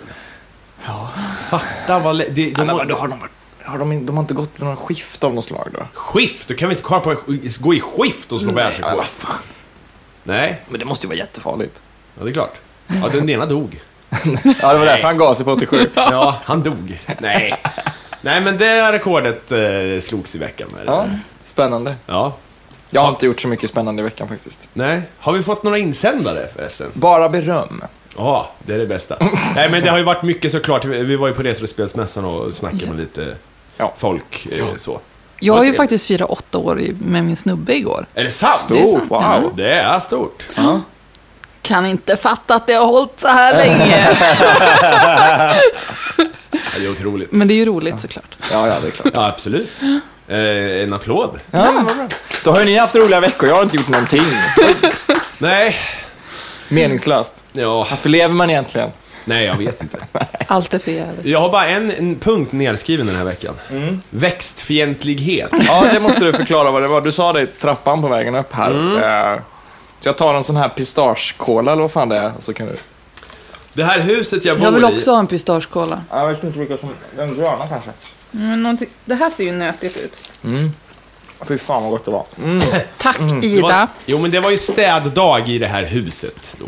Speaker 3: Ja. Fatta vad... lä- Det, de,
Speaker 1: Men
Speaker 3: må-
Speaker 1: vadå, har de, varit- har de, in- de har inte gått till några skift av något slag då?
Speaker 3: skift? Då kan vi inte kolla på, gå i skift och slå
Speaker 1: Ja,
Speaker 3: världsrekord.
Speaker 1: vad fan.
Speaker 3: Nej,
Speaker 1: Men det måste ju vara jättefarligt.
Speaker 3: ja, det är klart. Ja, den ena dog.
Speaker 1: Ja, det var därför han gav sig på 87.
Speaker 3: Ja, han dog. Nej. Nej, men det rekordet eh, slogs i veckan. Eller?
Speaker 1: Ja, Eh, spännande.
Speaker 3: ja.
Speaker 1: Jag har inte gjort så mycket spännande i veckan faktiskt.
Speaker 3: Nej. Har vi fått några insändare förresten?
Speaker 1: Bara beröm.
Speaker 3: Ja, det är det bästa. Nej, men det har ju varit mycket såklart. Vi vi var ju på Retrospelsmässan och snackade med lite
Speaker 1: Ja.
Speaker 3: folk. eh, Så.
Speaker 2: Jag
Speaker 3: Vad
Speaker 2: har ju
Speaker 3: trevligt.
Speaker 2: faktiskt firat åtta år i- med min snubbe igår.
Speaker 3: Är det sant?
Speaker 2: Det är sant,
Speaker 1: Oh, wow.
Speaker 2: ja.
Speaker 3: Det är stort.
Speaker 2: Kan inte fatta att det har hållit så här länge.
Speaker 3: Ja, det är otroligt.
Speaker 2: Men det är ju roligt såklart.
Speaker 1: Ja, ja, det är klart.
Speaker 3: Ja, absolut. Eh, en applåd.
Speaker 1: Då har ju ni haft roliga veckor, jag har inte gjort någonting.
Speaker 3: Nej.
Speaker 1: Meningslöst.
Speaker 3: Ja,
Speaker 1: Varför lever man egentligen?
Speaker 3: nej jag vet inte.
Speaker 2: Allt är förgäves.
Speaker 3: Jag har bara en, en punkt nedskriven den här veckan. Växtfientlighet.
Speaker 1: Ja, det måste du förklara vad det var. Du sa det i trappan på vägen upp här.
Speaker 2: Mm.
Speaker 1: Eh, Så jag tar en sån här pistagekola eller vad fan det är, så kan du...
Speaker 3: Det här huset jag bor
Speaker 2: Jag vill
Speaker 3: i.
Speaker 2: också ha en pistagekola.
Speaker 1: Jag vet inte vilka som... Den gröna kanske?
Speaker 2: Men någonting- det här ser ju nötigt ut.
Speaker 1: Fy fan vad gott det var.
Speaker 2: Tack
Speaker 3: Det Var,
Speaker 2: Ida.
Speaker 3: jo, men det var ju städdag i det här huset då,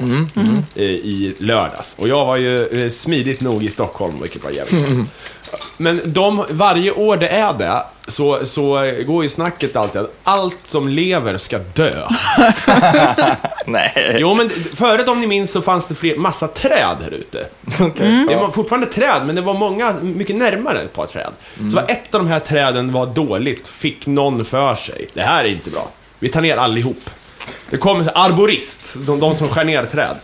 Speaker 3: eh, i lördags. Och jag var ju eh, smidigt nog i Stockholm, vilket var jävligt skönt. Men de, varje år det är det, så, så eh, går ju snacket alltid att allt som lever ska dö.
Speaker 1: Nej.
Speaker 3: Jo, men d- förut om ni minns så fanns det fler, massa träd här ute. Mm.
Speaker 1: Okej.
Speaker 3: Det var fortfarande träd, men det var många, mycket närmare ett par träd.
Speaker 1: Mm.
Speaker 3: Så var ett av de här träden var dåligt, fick någon för sig. Det här är inte bra. Vi tar ner allihop. Det kom en sån här arborist, de, de som skär ner träd.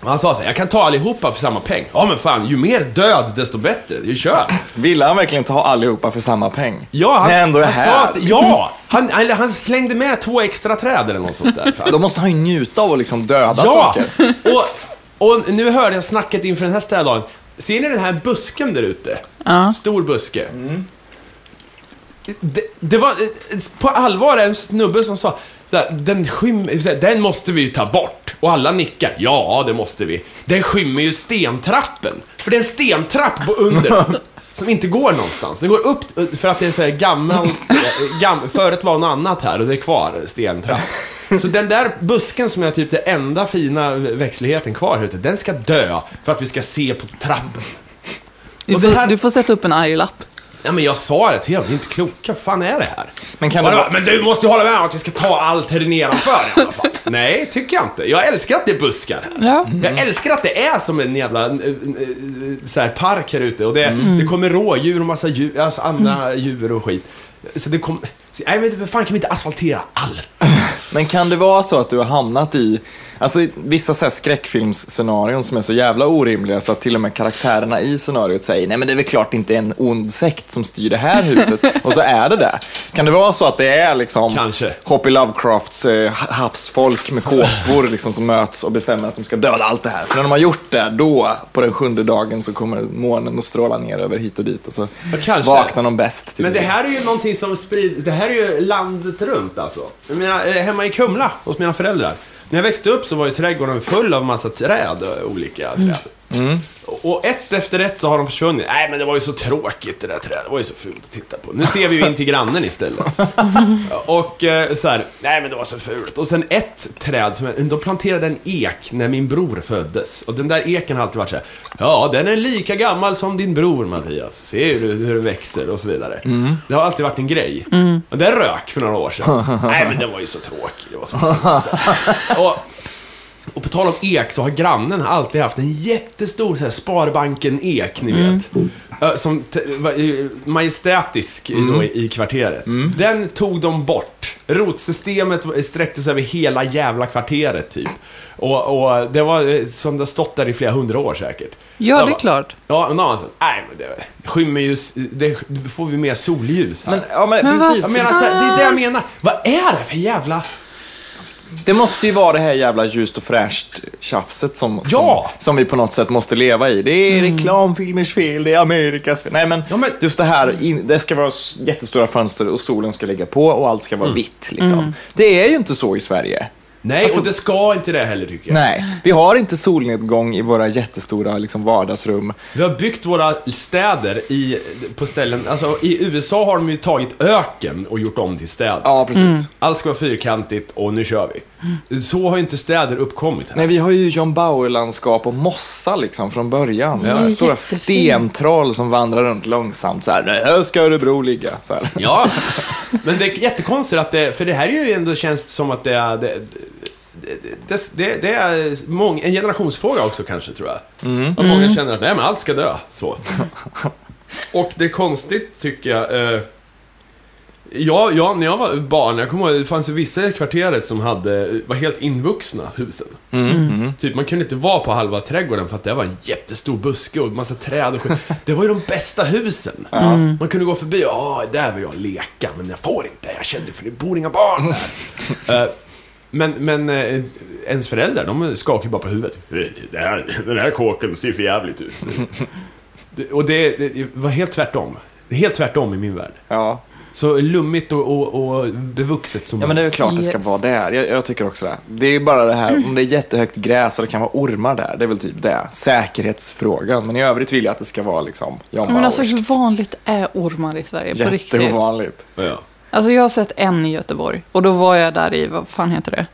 Speaker 3: Och Han sa så här, jag kan ta allihopa för samma peng. Ja men fan, ju mer död desto bättre. Vi kör.
Speaker 1: Ville han verkligen ta allihopa för samma peng?
Speaker 3: Ja, han,
Speaker 1: När jag ändå är
Speaker 3: han sa
Speaker 1: här.
Speaker 3: att, ja! Han, han, han slängde med två extra träd eller något sånt där.
Speaker 1: Då måste han ju njuta av att liksom döda
Speaker 3: Ja!
Speaker 1: saker.
Speaker 3: Och, och nu hörde jag snacket inför den här städdagen. Ser ni den här busken där ute?
Speaker 2: Ja.
Speaker 3: Stor buske. Det, det var eh, på allvar en snubbe som sa så här, den, skym, så här, den måste vi ju ta bort. Och alla nickar. Ja, det måste vi. Den skymmer ju stentrappen. För det är en stentrapp på under. som inte går någonstans. Den går upp eh, för att det är så här gammalt. eh, Gam, förut var något annat här och det är kvar eh, stentrapp. Så den där busken som är typ den enda fina växtligheten kvar här ute, den ska dö för att vi ska se på trappen.
Speaker 2: Du
Speaker 3: Och det här-
Speaker 2: får, du får sätta upp en arg lapp.
Speaker 3: Ja, men jag sa det till honom, ni är inte kloka. Vad fan är det här?
Speaker 1: Men kan
Speaker 3: Och
Speaker 1: det
Speaker 3: han bara,
Speaker 1: vara-
Speaker 3: men du måste ju hålla med om att vi ska ta allt här nedanför i alla fall. Nej, tycker jag inte. Jag älskar att det är buskar här.
Speaker 2: Ja.
Speaker 3: Jag älskar att det är som en jävla eh, eh, så här, park här ute och det,
Speaker 1: Mm.
Speaker 3: det kommer rådjur och massa djur, alltså andra djur och skit. Så det kommer... Nej men vad fan kan vi inte asfaltera allt?
Speaker 1: Men kan det vara så att du har hamnat i alltså, i vissa så här skräckfilmsscenarion som är så jävla orimliga så att till och med karaktärerna i scenariot säger nej men det är väl klart inte en ond sekt som styr det här huset och så är det det. Kan det vara så att det är liksom
Speaker 3: Kanske.
Speaker 1: H.P. Lovecrafts eh, ha- havsfolk med kåpor liksom, som möts och bestämmer att de ska döda allt det här. För när de har gjort det, då på den sjunde dagen så kommer månen att stråla ner över hit och dit och så
Speaker 3: Ja, kanske.
Speaker 1: vaknar de bäst till
Speaker 3: Men det här är ju någonting som sprids, det här är ju landet runt alltså. Jag menar, eh, hemma i Kumla hos mina föräldrar. När jag växte upp så var ju trädgården full av massa träd, eh, olika träd. Mm. Och- Och ett efter ett så har de försvunnit. Nej men det var ju så tråkigt det där trädet, det var ju så fult att titta på. Nu ser vi ju in till grannen istället. Och eh, så här, nej men det var så fult. Och sen ett träd, som, de planterade en ek när min bror föddes. Och den där eken har alltid varit så här, ja den är lika gammal som din bror Mattias. Ser du hur den växer och så vidare. Det har alltid varit en grej. Och den rök för några år sedan. nej men den var ju så tråkig, det var så fult. och, och på tal om ek så har grannen alltid haft en jättestor så här, Sparbanken-ek, ni
Speaker 2: Mm.
Speaker 3: vet. Ö, Som t- var, eh, majestätisk i-
Speaker 2: Mm.
Speaker 3: då, i i kvarteret. Den tog de bort. Rotsystemet var- sträcktes över hela jävla kvarteret typ. Och, och det var eh, som det har stått där i flera hundra år säkert.
Speaker 2: Ja,
Speaker 3: Jag
Speaker 2: det är
Speaker 3: bara,
Speaker 2: klart.
Speaker 3: Ja, men då har han sagt, nej men det skymmer ju, s- det då får vi mer solljus här.
Speaker 1: Men, ja, men,
Speaker 2: Men Ah.
Speaker 1: precis.
Speaker 3: jag menar, så här, det är det jag menar. Vad är det för jävla...
Speaker 1: Det måste ju vara det här jävla ljust och fräscht tjafset som,
Speaker 3: Ja! Mm.
Speaker 1: som, som vi på något sätt måste leva i. Det är reklamfilmers fel, det är Amerikas fel. Nej men,
Speaker 3: Ja, men-
Speaker 1: just det här, in, det ska vara s- jättestora fönster och solen ska ligga på och allt ska
Speaker 3: Mm.
Speaker 1: vara vitt. Liksom. Det är ju inte så i Sverige.
Speaker 3: Nej,
Speaker 2: Alltså-
Speaker 3: och det ska inte det heller tycker jag.
Speaker 1: Nej, vi har inte solnedgång i våra jättestora liksom, vardagsrum.
Speaker 3: Vi har byggt våra städer i, på ställen, alltså i USA har de ju tagit öken och gjort om till städer.
Speaker 1: Ja, precis.
Speaker 3: Allt ska vara fyrkantigt och nu kör vi. Så har ju inte städer uppkommit här.
Speaker 1: Nej, vi har ju John Bauer-landskap och mossa liksom från början. Så här, Stora
Speaker 2: jättefint.
Speaker 1: stentroll som vandrar runt långsamt så här. "Nej, Här ska Örebro ligga. Så här.
Speaker 3: Ja, men det är jättekonstigt att det, för det här är ju ändå känns som att det är, det, det, det, det är mång, en generationsfråga också kanske tror jag. Att många känner att nej men allt ska dö, så. Och det är konstigt tycker jag. Eh, ja, ja, när jag var barn, jag kommer ihåg, det fanns ju vissa i kvarteret som hade, var helt invuxna husen. Typ man kunde inte vara på halva trädgården för att det var en jättestor buske och massa träd och skit. Det var ju de bästa husen. Man kunde gå förbi och "Ah, där vill jag leka men jag får inte. Jag kände för det bor inga barn där. Eh, men men eh, ens föräldrar de skakar ju bara på huvudet.
Speaker 5: Det här, den här kåken ser för jävligt ut.
Speaker 3: Det- Och det, det var helt tvärtom. Det är helt tvärtom i min värld.
Speaker 1: Ja.
Speaker 3: Så lummigt och, och, och bevuxet som
Speaker 1: Ja men det är väl klart det ska
Speaker 2: Yes.
Speaker 1: vara där. Jag, jag tycker också det. Det är bara det här om det är jättehögt gräs och det kan vara ormar där. Det är väl typ det. Säkerhetsfrågan. Men i övrigt vill jag att det ska vara liksom John
Speaker 2: Men alltså,
Speaker 1: Bauerskt.
Speaker 2: hur vanligt är ormar i Sverige på riktigt?
Speaker 1: Jätteovanligt.
Speaker 3: ja.
Speaker 2: Alltså, jag har sett en i Göteborg och då var jag där i, vad fan heter det?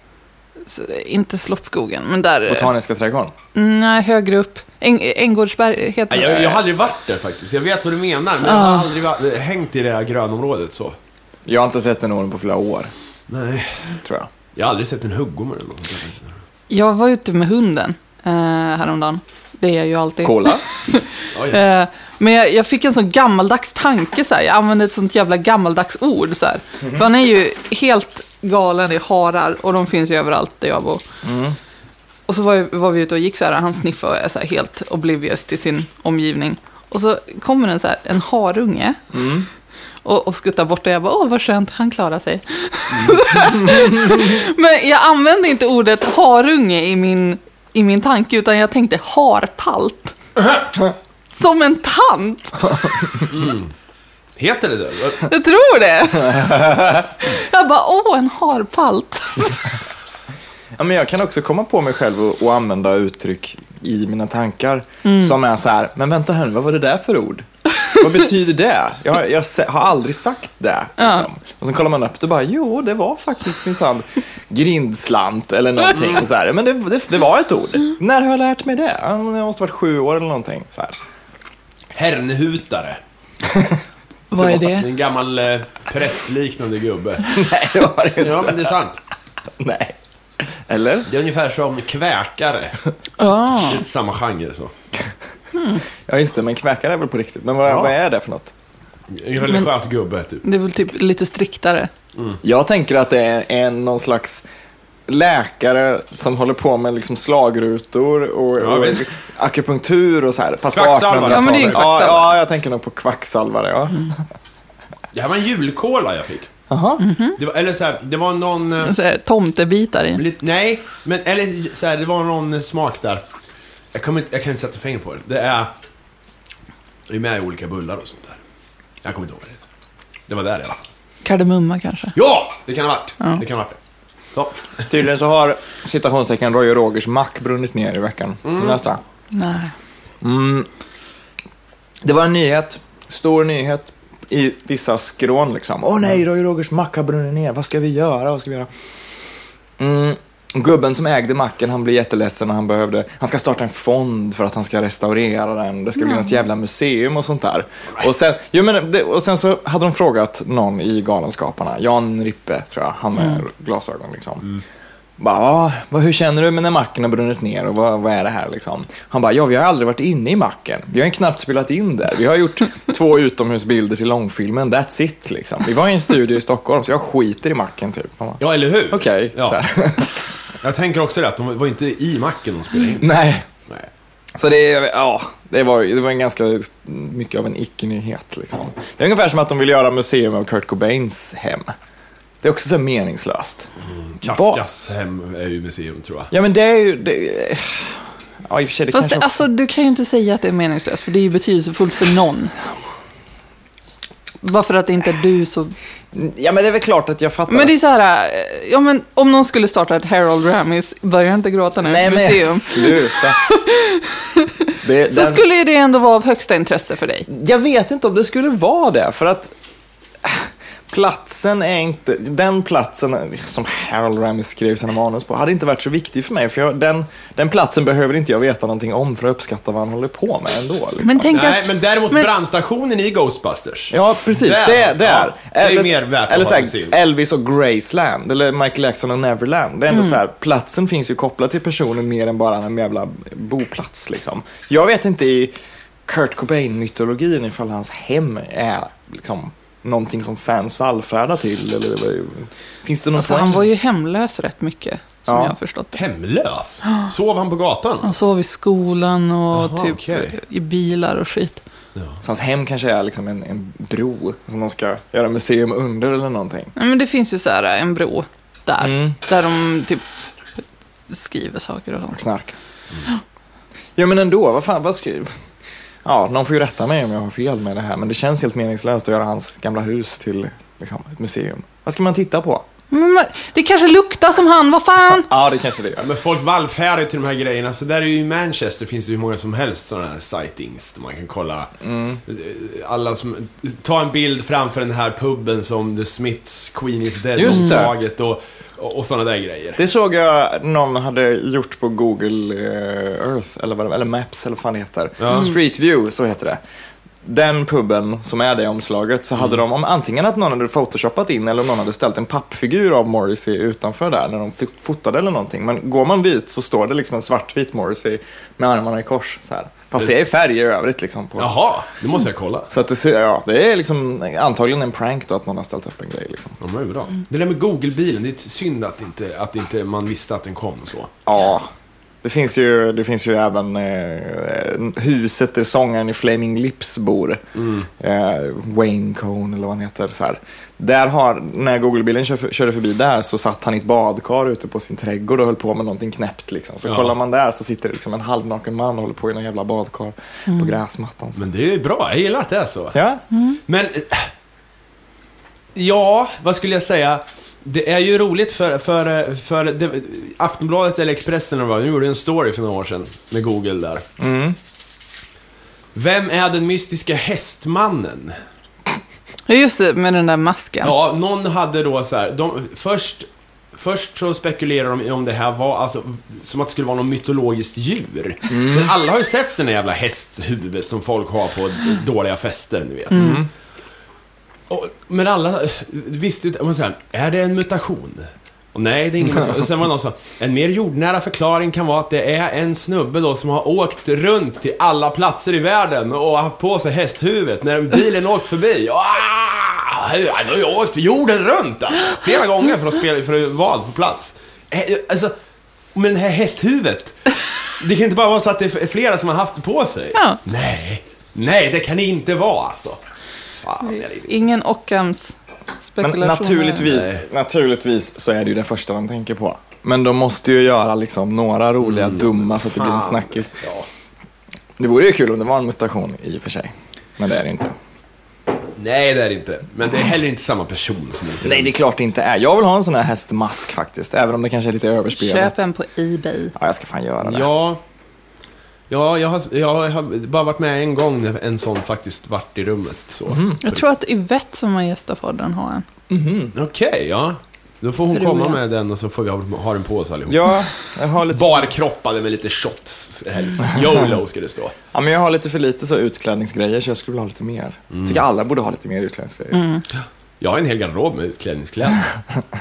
Speaker 2: S- inte Slottsskogen, men där...
Speaker 1: Botaniska trädgården.
Speaker 2: Nej, högre upp. Äng, Änggårdsberg heter
Speaker 3: Nej,
Speaker 2: det.
Speaker 3: jag, jag har aldrig varit där faktiskt. Jag vet vad du menar men jag har aldrig varit, hängt i det här grönområdet så.
Speaker 1: Jag har inte sett en orm på flera år,
Speaker 3: Nej.
Speaker 1: tror jag.
Speaker 3: Jag har aldrig sett en huggorm eller något sånt där. faktiskt.
Speaker 2: Jag var ute med hunden eh, häromdagen. Det är jag ju alltid.
Speaker 1: Kolla.
Speaker 3: Oj.
Speaker 2: Eh, men jag, jag fick en sån gammaldags tanke, så här. jag använde ett sånt jävla gammaldags ord. Så här. För han är ju helt galen i harar och de finns ju överallt där jag bor. Och så var, jag- var vi ute och gick så här, och han sniffade och är så här, helt oblivious till sin omgivning. Och så kommer en, så här, en harunge och, och skuttar bort och jag bara, åh vad skönt, han klarar sig. Men jag använde inte ordet harunge i min, i min tanke, utan jag tänkte harpalt. Som en tant!
Speaker 3: Heter det det?
Speaker 2: Jag tror det! Jag bara, åh, en harpalt.
Speaker 1: Ja, men jag kan också komma på mig själv och, och använda uttryck i mina tankar
Speaker 3: Mm.
Speaker 1: som är så här, men vänta här nu, vad var det där för ord? vad betyder det? Jag, har- jag se- har aldrig sagt det. Liksom. Och sen kollar man upp det och bara, jo, det var faktiskt minsann grindslant eller någonting. Så här. Men det, det, det var ett ord. När har jag lärt mig det? Ja, men Jag måste ha varit sju år eller någonting. Så här.
Speaker 3: Hernhutare.
Speaker 2: Vad är
Speaker 3: Det är
Speaker 2: det?
Speaker 3: En gammal eh, prästliknande gubbe.
Speaker 1: Nej, det var det inte.
Speaker 3: Ja, men det är sant.
Speaker 1: Nej. Eller?
Speaker 3: Det är ungefär som kväkare.
Speaker 2: Ja,
Speaker 3: Lite samma genre så.
Speaker 1: Ja, just det, men kväkare är väl på riktigt. Men vad,
Speaker 3: Ja.
Speaker 1: vad är det för något?
Speaker 3: En religiös gubbe, typ.
Speaker 2: det är väl typ lite striktare.
Speaker 1: Jag tänker att det är en, någon slags läkare som håller på med liksom slagrutor och,
Speaker 3: Ja,
Speaker 1: och
Speaker 3: visst.
Speaker 1: akupunktur och så här. Fast på
Speaker 3: Kvacksalvare.
Speaker 1: 1800-talet.
Speaker 3: Ja, men
Speaker 2: det är
Speaker 1: ja,
Speaker 2: ju kvacksalvare. Mm.
Speaker 1: ja, jag tänker nog på kvacksalvare. Ja.
Speaker 3: Det här var en julkola jag fick.
Speaker 1: Jaha.
Speaker 2: Mm.
Speaker 3: Det var, eller så här, det var någon... eh,
Speaker 2: Så här, tomtebitar i.
Speaker 3: Lite, nej, men eller så här, det var någon smak där. Jag, kommer inte, jag kan inte sätta fingret på det. Det är... Det är med i olika bullar och sånt där. Jag kommer inte ihåg det. Det var där i alla fall.
Speaker 2: Kardemumma kanske.
Speaker 3: Ja! Det kan ha varit. Det kan ha varit det. Så.
Speaker 1: Tydligen så har citationstecken Roy och Rogers mack brunnit ner i veckan. Nästa.
Speaker 2: Nej.
Speaker 1: Det var en nyhet, stor nyhet i vissa skrån liksom. Åh nej, Roy Rogers mack har brunnit ner. Vad ska vi göra? Vad ska vi göra? Mm. Gubben som ägde macken, han blev jätteledsen och han behövde, han ska starta en fond för att han ska restaurera den. Det ska bli något jävla museum och sånt där. Och sen, jo, men det, och sen så hade de frågat någon i Galenskaparna, Jan Rippe tror jag, han med glasögon liksom. Bara, "Ja, vad, hur känner du med när macken har brunnit ner och vad, vad är det här liksom? Han bara, ja vi har aldrig varit inne i macken. Vi har ju knappt spelat in där. Vi har gjort två utomhusbilder till långfilmen, that's it liksom. Vi var i en studio i Stockholm så jag skiter i macken typ. Han bara,
Speaker 3: Ja, eller hur?
Speaker 1: Okej, så
Speaker 3: Ja.
Speaker 1: här.
Speaker 3: Jag tänker också det, att de var inte i macken de spelade in.
Speaker 1: Nej.
Speaker 3: Nej.
Speaker 1: Så det, är- ja, det, var, det var en ganska mycket av en icke-nyhet. Liksom. Det är ungefär som att de vill göra museum av Kurt Cobains hem. Det är också så här meningslöst.
Speaker 3: Kafkas hem är ju museum, tror jag.
Speaker 1: Ja, men det är ju... Det, ja, i och för sig, det
Speaker 2: Fast
Speaker 1: kanske
Speaker 2: det,
Speaker 1: också,
Speaker 2: alltså, du kan ju inte säga att det är meningslöst, för det är ju betydelsefullt för någon. Bara för att det inte är du så...
Speaker 1: Ja, men det är väl klart att jag fattar.
Speaker 2: Men det är ju så här, eh, ja, men om någon skulle starta ett Harold Ramis, börja inte gråta nu,
Speaker 1: Nej,
Speaker 2: museum.
Speaker 1: men sluta. Det,
Speaker 2: Så
Speaker 1: den-
Speaker 2: skulle ju det ändå vara av högsta intresse för dig.
Speaker 1: Jag vet inte om det skulle vara det, för att äh, platsen är inte, den platsen som Harold Ramis skrev sina manus på hade inte varit så viktig för mig, för jag, den, den platsen behöver inte jag veta någonting om för att uppskatta vad han håller på med ändå. Liksom.
Speaker 2: Men tänk
Speaker 3: Nej,
Speaker 2: att...
Speaker 3: men däremot
Speaker 2: men-
Speaker 3: brandstationen i Ghostbusters.
Speaker 1: Ja, precis.
Speaker 3: Där,
Speaker 1: det, det är.
Speaker 3: ja. Det är ju mer värt att
Speaker 1: eller
Speaker 3: ha
Speaker 1: så här,
Speaker 3: en museum.
Speaker 1: Elvis och Graceland, eller Michael Jackson och Neverland. Det är ändå
Speaker 2: Mm.
Speaker 1: så här, platsen finns ju kopplad till personen mer än bara en jävla boplats. Liksom. Jag vet inte i Kurt Cobain-mytologin ifall hans hem är liksom, någonting som fans vallfärdar till. Eller, eller, finns det någon
Speaker 2: Alltså,
Speaker 1: poäng?
Speaker 2: han var ju hemlös rätt mycket, som
Speaker 1: Ja.
Speaker 2: jag har förstått det.
Speaker 3: Hemlös? Sov han på gatan?
Speaker 2: Han sov i skolan och
Speaker 3: Jaha,
Speaker 2: typ
Speaker 3: okej.
Speaker 2: i bilar och skit.
Speaker 1: Så hans hem kanske är liksom en, en bro som de ska göra museum under eller någonting.
Speaker 2: Nej, men det finns ju så här eh, en bro där, där de typ skriver saker och sånt.
Speaker 1: Knark. Ja men ändå, vad fan, vad ska... Ja, någon får ju rätta mig om jag har fel med det här, men det känns helt meningslöst att göra hans gamla hus till liksom, ett museum. Vad ska man titta på?
Speaker 2: Men, man- det kanske luktar som han, vad fan!
Speaker 1: Ja, det kanske det gör.
Speaker 3: Ja, men folk vallfärdar ju till de här grejerna, så där är ju i Manchester finns det ju hur många som helst sådana här sightings där man kan kolla. Eh, Alla som, ta en bild framför den här puben som The Smiths, Queen is Dead
Speaker 1: Just det.
Speaker 3: omslaget och, och, och sådana där grejer.
Speaker 1: Det såg jag någon hade gjort på Google eh, Earth, eller, vad, det- eller Maps, eller vad fan det heter. Mm. Street View, så heter det. Den puben som är det omslaget, så hade de om antingen att någon hade photoshopat in eller om någon hade ställt en pappfigur av Morrissey utanför där när de fot- fotade eller någonting. Men går man dit så står det liksom en svartvit Morrissey med armarna i kors. Så här. Fast det är färg i övrigt. Liksom, på.
Speaker 3: Jaha, det måste jag kolla.
Speaker 1: Så att det, ser- ja, det är liksom antagligen en prank då att någon har ställt upp en grej. Liksom.
Speaker 3: De var ju bra. Det där med Google-bilen, det är synd att inte, att inte man visste att den kom och så.
Speaker 1: Ja. Det finns ju, det finns ju även eh, huset där sångaren i Flaming Lips bor.
Speaker 3: Mm.
Speaker 1: Eh, Wayne Cohn eller vad han heter. Så här. Där har, när Google-bilen kör, körde förbi där så satt han i ett badkar ute på sin trädgård och höll på med någonting knäppt. Liksom. Så
Speaker 3: Ja.
Speaker 1: kollar man där så sitter det liksom en halvnaken man och håller på i någon jävla badkar på gräsmattan. Så.
Speaker 3: Mm. Men det är ju bra, jag gillar att det är så.
Speaker 1: Ja?
Speaker 3: Men... eh, Ja, vad skulle jag säga? Det är ju roligt för, för, för det, Aftonbladet eller Expressen eller vad det var, de gjorde en story för några år sedan med Google där. Vem är den mystiska hästmannen?
Speaker 2: Ja, Just det, med den där masken.
Speaker 3: Ja, någon hade då så här, de, först, först så spekulerar de i om det här var, alltså, som att det skulle vara något mytologiskt djur. Men alla har ju sett den där jävla hästhuvudet som folk har på dåliga fester, ni vet. Och, men alla visste inte, men så här, är det en mutation? Och nej, det är ingen mutation. Och Sen var det någon som sa, en mer jordnära förklaring kan vara att det är en snubbe då som har åkt runt till alla platser i världen och haft på sig hästhuvudet när bilen åkt förbi. Ah! hej, nu har jag åkt jorden runt alltså. flera gånger för att spela för att vara på plats. Eh, Alltså, men det här hästhuvudet. Det kan inte bara vara så att det är flera som har haft det på sig.
Speaker 2: Ja.
Speaker 3: Nej, nej det kan det inte vara alltså. Fan, jag är
Speaker 2: Ingen Ockhams
Speaker 1: Men
Speaker 2: spekulationer.
Speaker 1: naturligtvis, naturligtvis så är det ju det första de tänker på. Men de måste ju göra liksom några roliga dumma så att det blir en
Speaker 3: Mm. Fan.
Speaker 1: snackis.
Speaker 3: Ah, Ja.
Speaker 1: Det vore ju kul om det var en mutation i och för sig. Men det är det inte.
Speaker 3: Nej, det är det inte. Men det är heller inte samma person som åkte
Speaker 1: Nej, det är klart det inte är. Jag vill ha en sån här hästmask faktiskt. Även om det kanske är lite överspelat.
Speaker 2: Köp en på Ebay.
Speaker 1: Ja, jag ska fan göra det.
Speaker 3: Ja, ja jag, har, jag har bara varit med en gång när en sån faktiskt vart i rummet. Så.
Speaker 2: Jag tror att Yvette som har gästat podden har en.
Speaker 3: Okej, ja. Då får hon
Speaker 2: Tror
Speaker 3: komma
Speaker 2: jag.
Speaker 3: med den och så får vi ha, ha den på oss allihop.
Speaker 1: Ja, jag har lite,
Speaker 3: Barkroppade med lite shots helst. YOLO ska det stå.
Speaker 1: ja, men jag har lite för lite så utklädningsgrejer så jag skulle vilja ha lite mer. Tycker alla borde ha lite mer
Speaker 2: Mm.
Speaker 1: utklädningsgrejer.
Speaker 3: Jag har en hel garderob med utklädningskläder.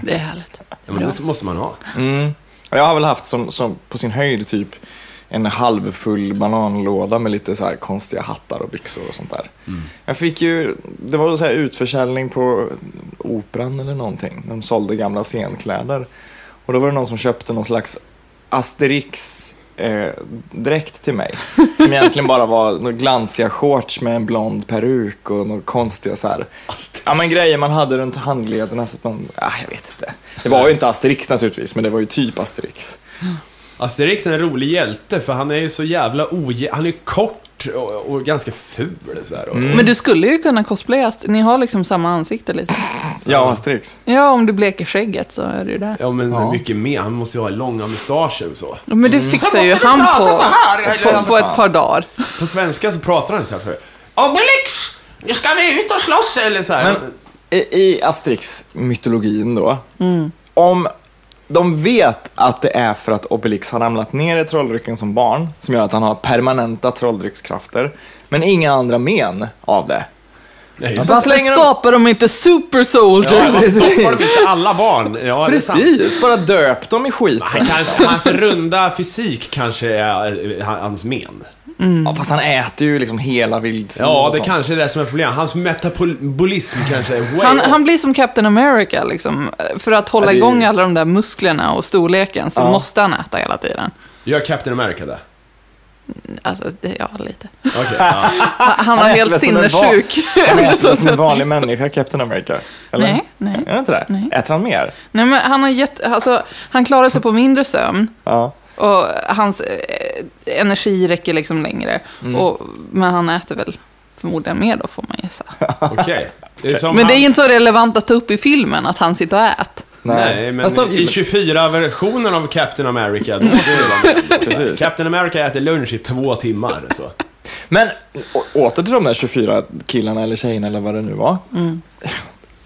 Speaker 2: Det är härligt.
Speaker 3: Ja, men det måste man ha.
Speaker 1: Och Jag har väl haft som, som på sin höjd typ en halvfull bananlåda med lite så här konstiga hattar och byxor och sånt där. Jag fick ju, det var så här utförsäljning på operan eller någonting. De sålde gamla scenkläder. Och då var det någon som köpte någon slags Asterix eh, dräkt till mig. Som egentligen bara var några glansiga shorts med en blond peruk och några konstiga så här. Ja men grejer man hade runt handlederna så att man, ah, jag vet inte. Det var ju inte Asterix naturligtvis, men det var ju typ Asterix.
Speaker 3: Asterix är en rolig hjälte för han är ju så jävla oje... Han är ju kort och, och ganska ful så här. Och,
Speaker 2: Men du skulle ju kunna cosplaya. Ast- Ni har liksom samma ansikte lite.
Speaker 1: Ja, Asterix.
Speaker 2: Ja, om du bleker skägget så är det ju där.
Speaker 3: Ja men
Speaker 1: Ja.
Speaker 3: mycket mer. Han måste ju ha långa mustascher och så.
Speaker 2: Men
Speaker 1: Mm.
Speaker 2: det fixar ju han på, på, på ett par dagar.
Speaker 3: På svenska så pratar han så här för Obelix! Nu ska vi ut och slåss! Eller så här.
Speaker 1: Men i, i Asterix-mytologin då, om de vet att det är för att Obelix har ramlat ner i trolldrycken som barn, som gör att han har permanenta trolldryckskrafter, men inga andra men av det.
Speaker 3: Nej,
Speaker 1: Vad
Speaker 2: Varför
Speaker 1: slänger de-
Speaker 2: skapar de inte super soldiers?
Speaker 1: Ja, precis.
Speaker 3: Har de inte alla barn? Ja, det är sant.
Speaker 1: Precis, bara döp dem i skiten.
Speaker 3: Han kanske, hans runda fysik kanske är eh, hans men.
Speaker 1: Ja, fast han äter ju liksom hela vildsvin
Speaker 3: Ja,
Speaker 1: och
Speaker 3: det
Speaker 1: sånt.
Speaker 3: kanske är det som är problemet. Hans metabolism kanske är way
Speaker 2: Han,
Speaker 3: off.
Speaker 2: han blir som Captain America, liksom. För att hålla
Speaker 1: Ja, det är-
Speaker 2: igång alla de där musklerna och storleken så
Speaker 1: Ja.
Speaker 2: måste han äta hela tiden.
Speaker 3: Gör Captain America det?
Speaker 2: Alltså, det- ja, lite.
Speaker 3: Okej. ja.
Speaker 2: Han, han var
Speaker 1: Ah, äter
Speaker 2: helt
Speaker 1: väl som en
Speaker 2: sinnessjuk.
Speaker 1: Han äter väl som en vanlig människa, Captain America? Eller?
Speaker 2: Nej, nej.
Speaker 1: Är det inte det?
Speaker 2: Nej.
Speaker 1: Äter han mer?
Speaker 2: Nej, men han, har gett, alltså, han klarar sig på mindre sömn
Speaker 1: Ja.
Speaker 2: och hans eh, energi räcker liksom längre. Och, men han äter väl förmodligen mer då, får man gissa.
Speaker 3: Okej. Det är som
Speaker 2: Men det är
Speaker 3: han-
Speaker 2: inte så relevant att ta upp i filmen att han sitter och äter.
Speaker 3: Nej, men
Speaker 1: Fast de-
Speaker 3: i 24-versionen av Captain America, då måste det vara med.
Speaker 1: Precis.
Speaker 3: Captain America äter lunch i två timmar. Så.
Speaker 1: Men å- åter till de där 24 killarna eller tjejerna eller vad det nu var.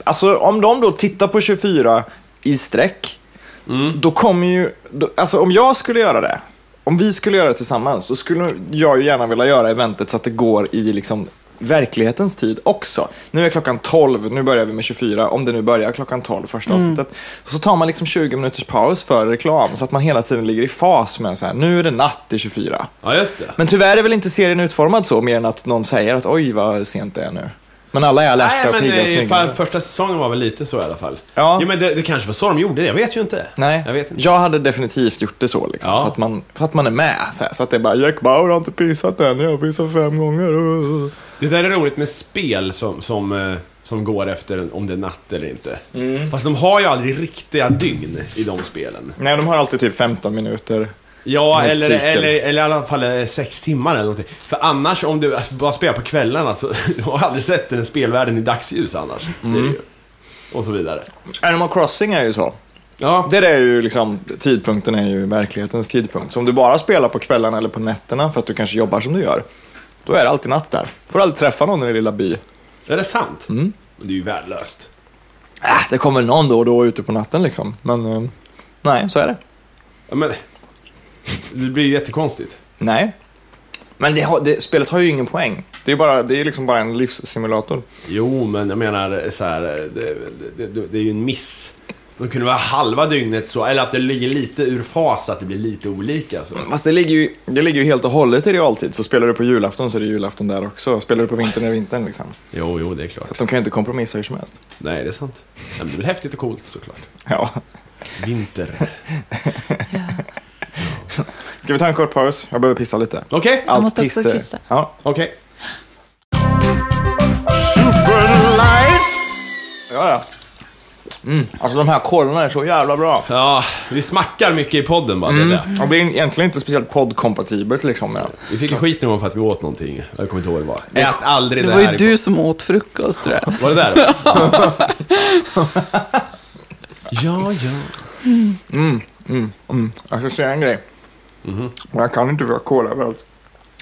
Speaker 1: Alltså om de då tittar på 24 i sträck, då kommer ju, då, alltså om jag skulle göra det, om vi skulle göra det tillsammans, så skulle jag ju gärna vilja göra eventet så att det går i liksom verklighetens tid också. Nu är klockan 12, nu börjar vi med 24, om det nu börjar klockan 12 första avsnittet. Så tar man liksom 20 minuters paus för reklam så att man hela tiden ligger i fas med så här, nu är det natt i 24.
Speaker 3: Ja, just det.
Speaker 1: Men tyvärr är väl inte serien utformad så, mer än att någon säger att oj vad sent det är nu. Men alla är alerta
Speaker 3: Nej,
Speaker 1: och
Speaker 3: men
Speaker 1: pigga och
Speaker 3: eh,
Speaker 1: snygga.
Speaker 3: fan, första säsongen var väl lite så i alla fall.
Speaker 1: Ja.
Speaker 3: men det, det kanske var så de gjorde, jag vet ju inte.
Speaker 1: Nej,
Speaker 3: Jag vet inte.
Speaker 1: jag hade definitivt gjort det så liksom.
Speaker 3: Ja.
Speaker 1: Så, att man, så att man är med. Så, här, så att det är bara, Jack Bauer har inte pissat än, jag har pissat fem gånger. Uh.
Speaker 3: Det där är roligt med spel som, som, eh, som går efter om det är natt eller inte.
Speaker 1: Mm.
Speaker 3: Fast de har ju aldrig riktiga dygn i de spelen.
Speaker 1: Nej, de har alltid typ 15 minuter.
Speaker 3: Ja,
Speaker 1: Den
Speaker 3: eller,
Speaker 1: cykeln.
Speaker 3: eller, eller i alla fall eh, sex timmar eller någonting. För annars, om du alltså, bara spelar på kvällarna så du har aldrig sett den spelvärlden i dagsljus annars. Det
Speaker 1: Mm.
Speaker 3: är det ju. Och så vidare.
Speaker 1: Animal Crossing är ju så.
Speaker 3: Ja.
Speaker 1: Det är ju liksom, tidpunkten är ju verklighetens tidpunkt. Så om du bara spelar på kvällarna eller på nätterna för att du kanske jobbar som du gör, då är det alltid natt där. Får aldrig träffa någon i din lilla by.
Speaker 3: Är det sant?
Speaker 1: Mm.
Speaker 3: Men Det är ju värdelöst.
Speaker 1: Äh, det kommer någon då och då ute på natten liksom. Men eh, nej, så är det.
Speaker 3: Ja, men, det blir ju jättekonstigt.
Speaker 1: Nej. Men det har, det, spelet har ju ingen poäng. Det är ju bara, det är liksom bara en livssimulator.
Speaker 3: eh, Jo, men jag menar så här, det, det, det, det är ju en miss. De kunde vara halva dygnet så, eller att det ligger lite ur fas, att det blir lite olika. Så.
Speaker 1: Fast det ligger, ju, det ligger ju helt och hållet i realtid. Så spelar du på julafton så är det julafton där också. Spelar du på vintern är det vintern liksom.
Speaker 3: Jo, jo, det är klart.
Speaker 1: Så att de kan ju inte kompromissa hur som helst.
Speaker 3: Nej, det är sant. Nej, men det är väl häftigt och coolt såklart.
Speaker 1: Ja.
Speaker 3: Vinter.
Speaker 1: Ska vi ta en kort paus? Jag behöver pissa lite.
Speaker 3: Okej,
Speaker 1: Allt
Speaker 2: måste också
Speaker 1: piss är-
Speaker 2: kissa.
Speaker 1: Ja.
Speaker 3: okej.
Speaker 1: Ja, ja. Mm. Alltså de här korvarna är så jävla bra.
Speaker 3: Ja, vi smackar mycket i podden bara. Det där.
Speaker 2: Mm.
Speaker 1: De blir egentligen inte speciellt poddkompatibelt liksom. Ja.
Speaker 3: Vi fick ju skit någon för att vi åt någonting. Jag kommer inte ihåg vad det var. Ät aldrig
Speaker 2: Det
Speaker 3: det,
Speaker 2: var
Speaker 3: här
Speaker 2: ju
Speaker 3: i
Speaker 2: du som åt frukost tror jag.
Speaker 3: podden. Var det där? ja, ja.
Speaker 1: Jag ska säga en grej. Men jag kan inte för jag kolar överallt.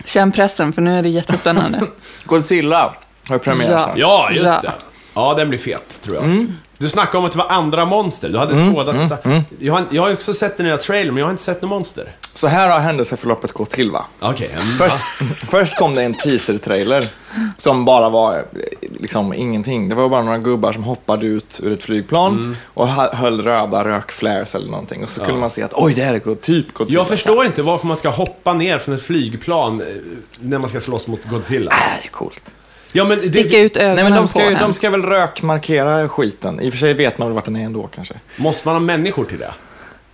Speaker 2: Känn pressen för nu är det jättespännande.
Speaker 1: Godzilla har ju premiär
Speaker 2: Ja.
Speaker 1: snart.
Speaker 3: Ja, just
Speaker 2: Ja.
Speaker 3: det. Ja, den blir fet, tror jag. Du snackade om att det var andra monster. Du hade
Speaker 2: Mm,
Speaker 3: skådat detta. Jag, har, jag har också sett den nya trailern, men jag har inte sett något monster.
Speaker 1: Så här har händelseförloppet gått till va?
Speaker 3: Okej. mm.
Speaker 1: Först, först kom det en teaser-trailer som bara var eh, liksom ingenting. Det var bara några gubbar som hoppade ut ur ett flygplan
Speaker 3: Mm.
Speaker 1: och hö- höll röda rökflares eller någonting. Och så kunde man se att oj, det här är go- typ Godzilla.
Speaker 3: Jag förstår inte varför man ska hoppa ner från ett flygplan eh, när man ska slåss mot Godzilla.
Speaker 1: Äh, det är coolt.
Speaker 3: Ja, men det-
Speaker 2: Sticka ut ögonen
Speaker 1: Nej, men de ska,
Speaker 2: på
Speaker 1: ju- de
Speaker 2: en.
Speaker 1: ska väl rökmarkera skiten. I och för sig vet man väl vart den är ändå kanske.
Speaker 3: Måste man ha människor till det?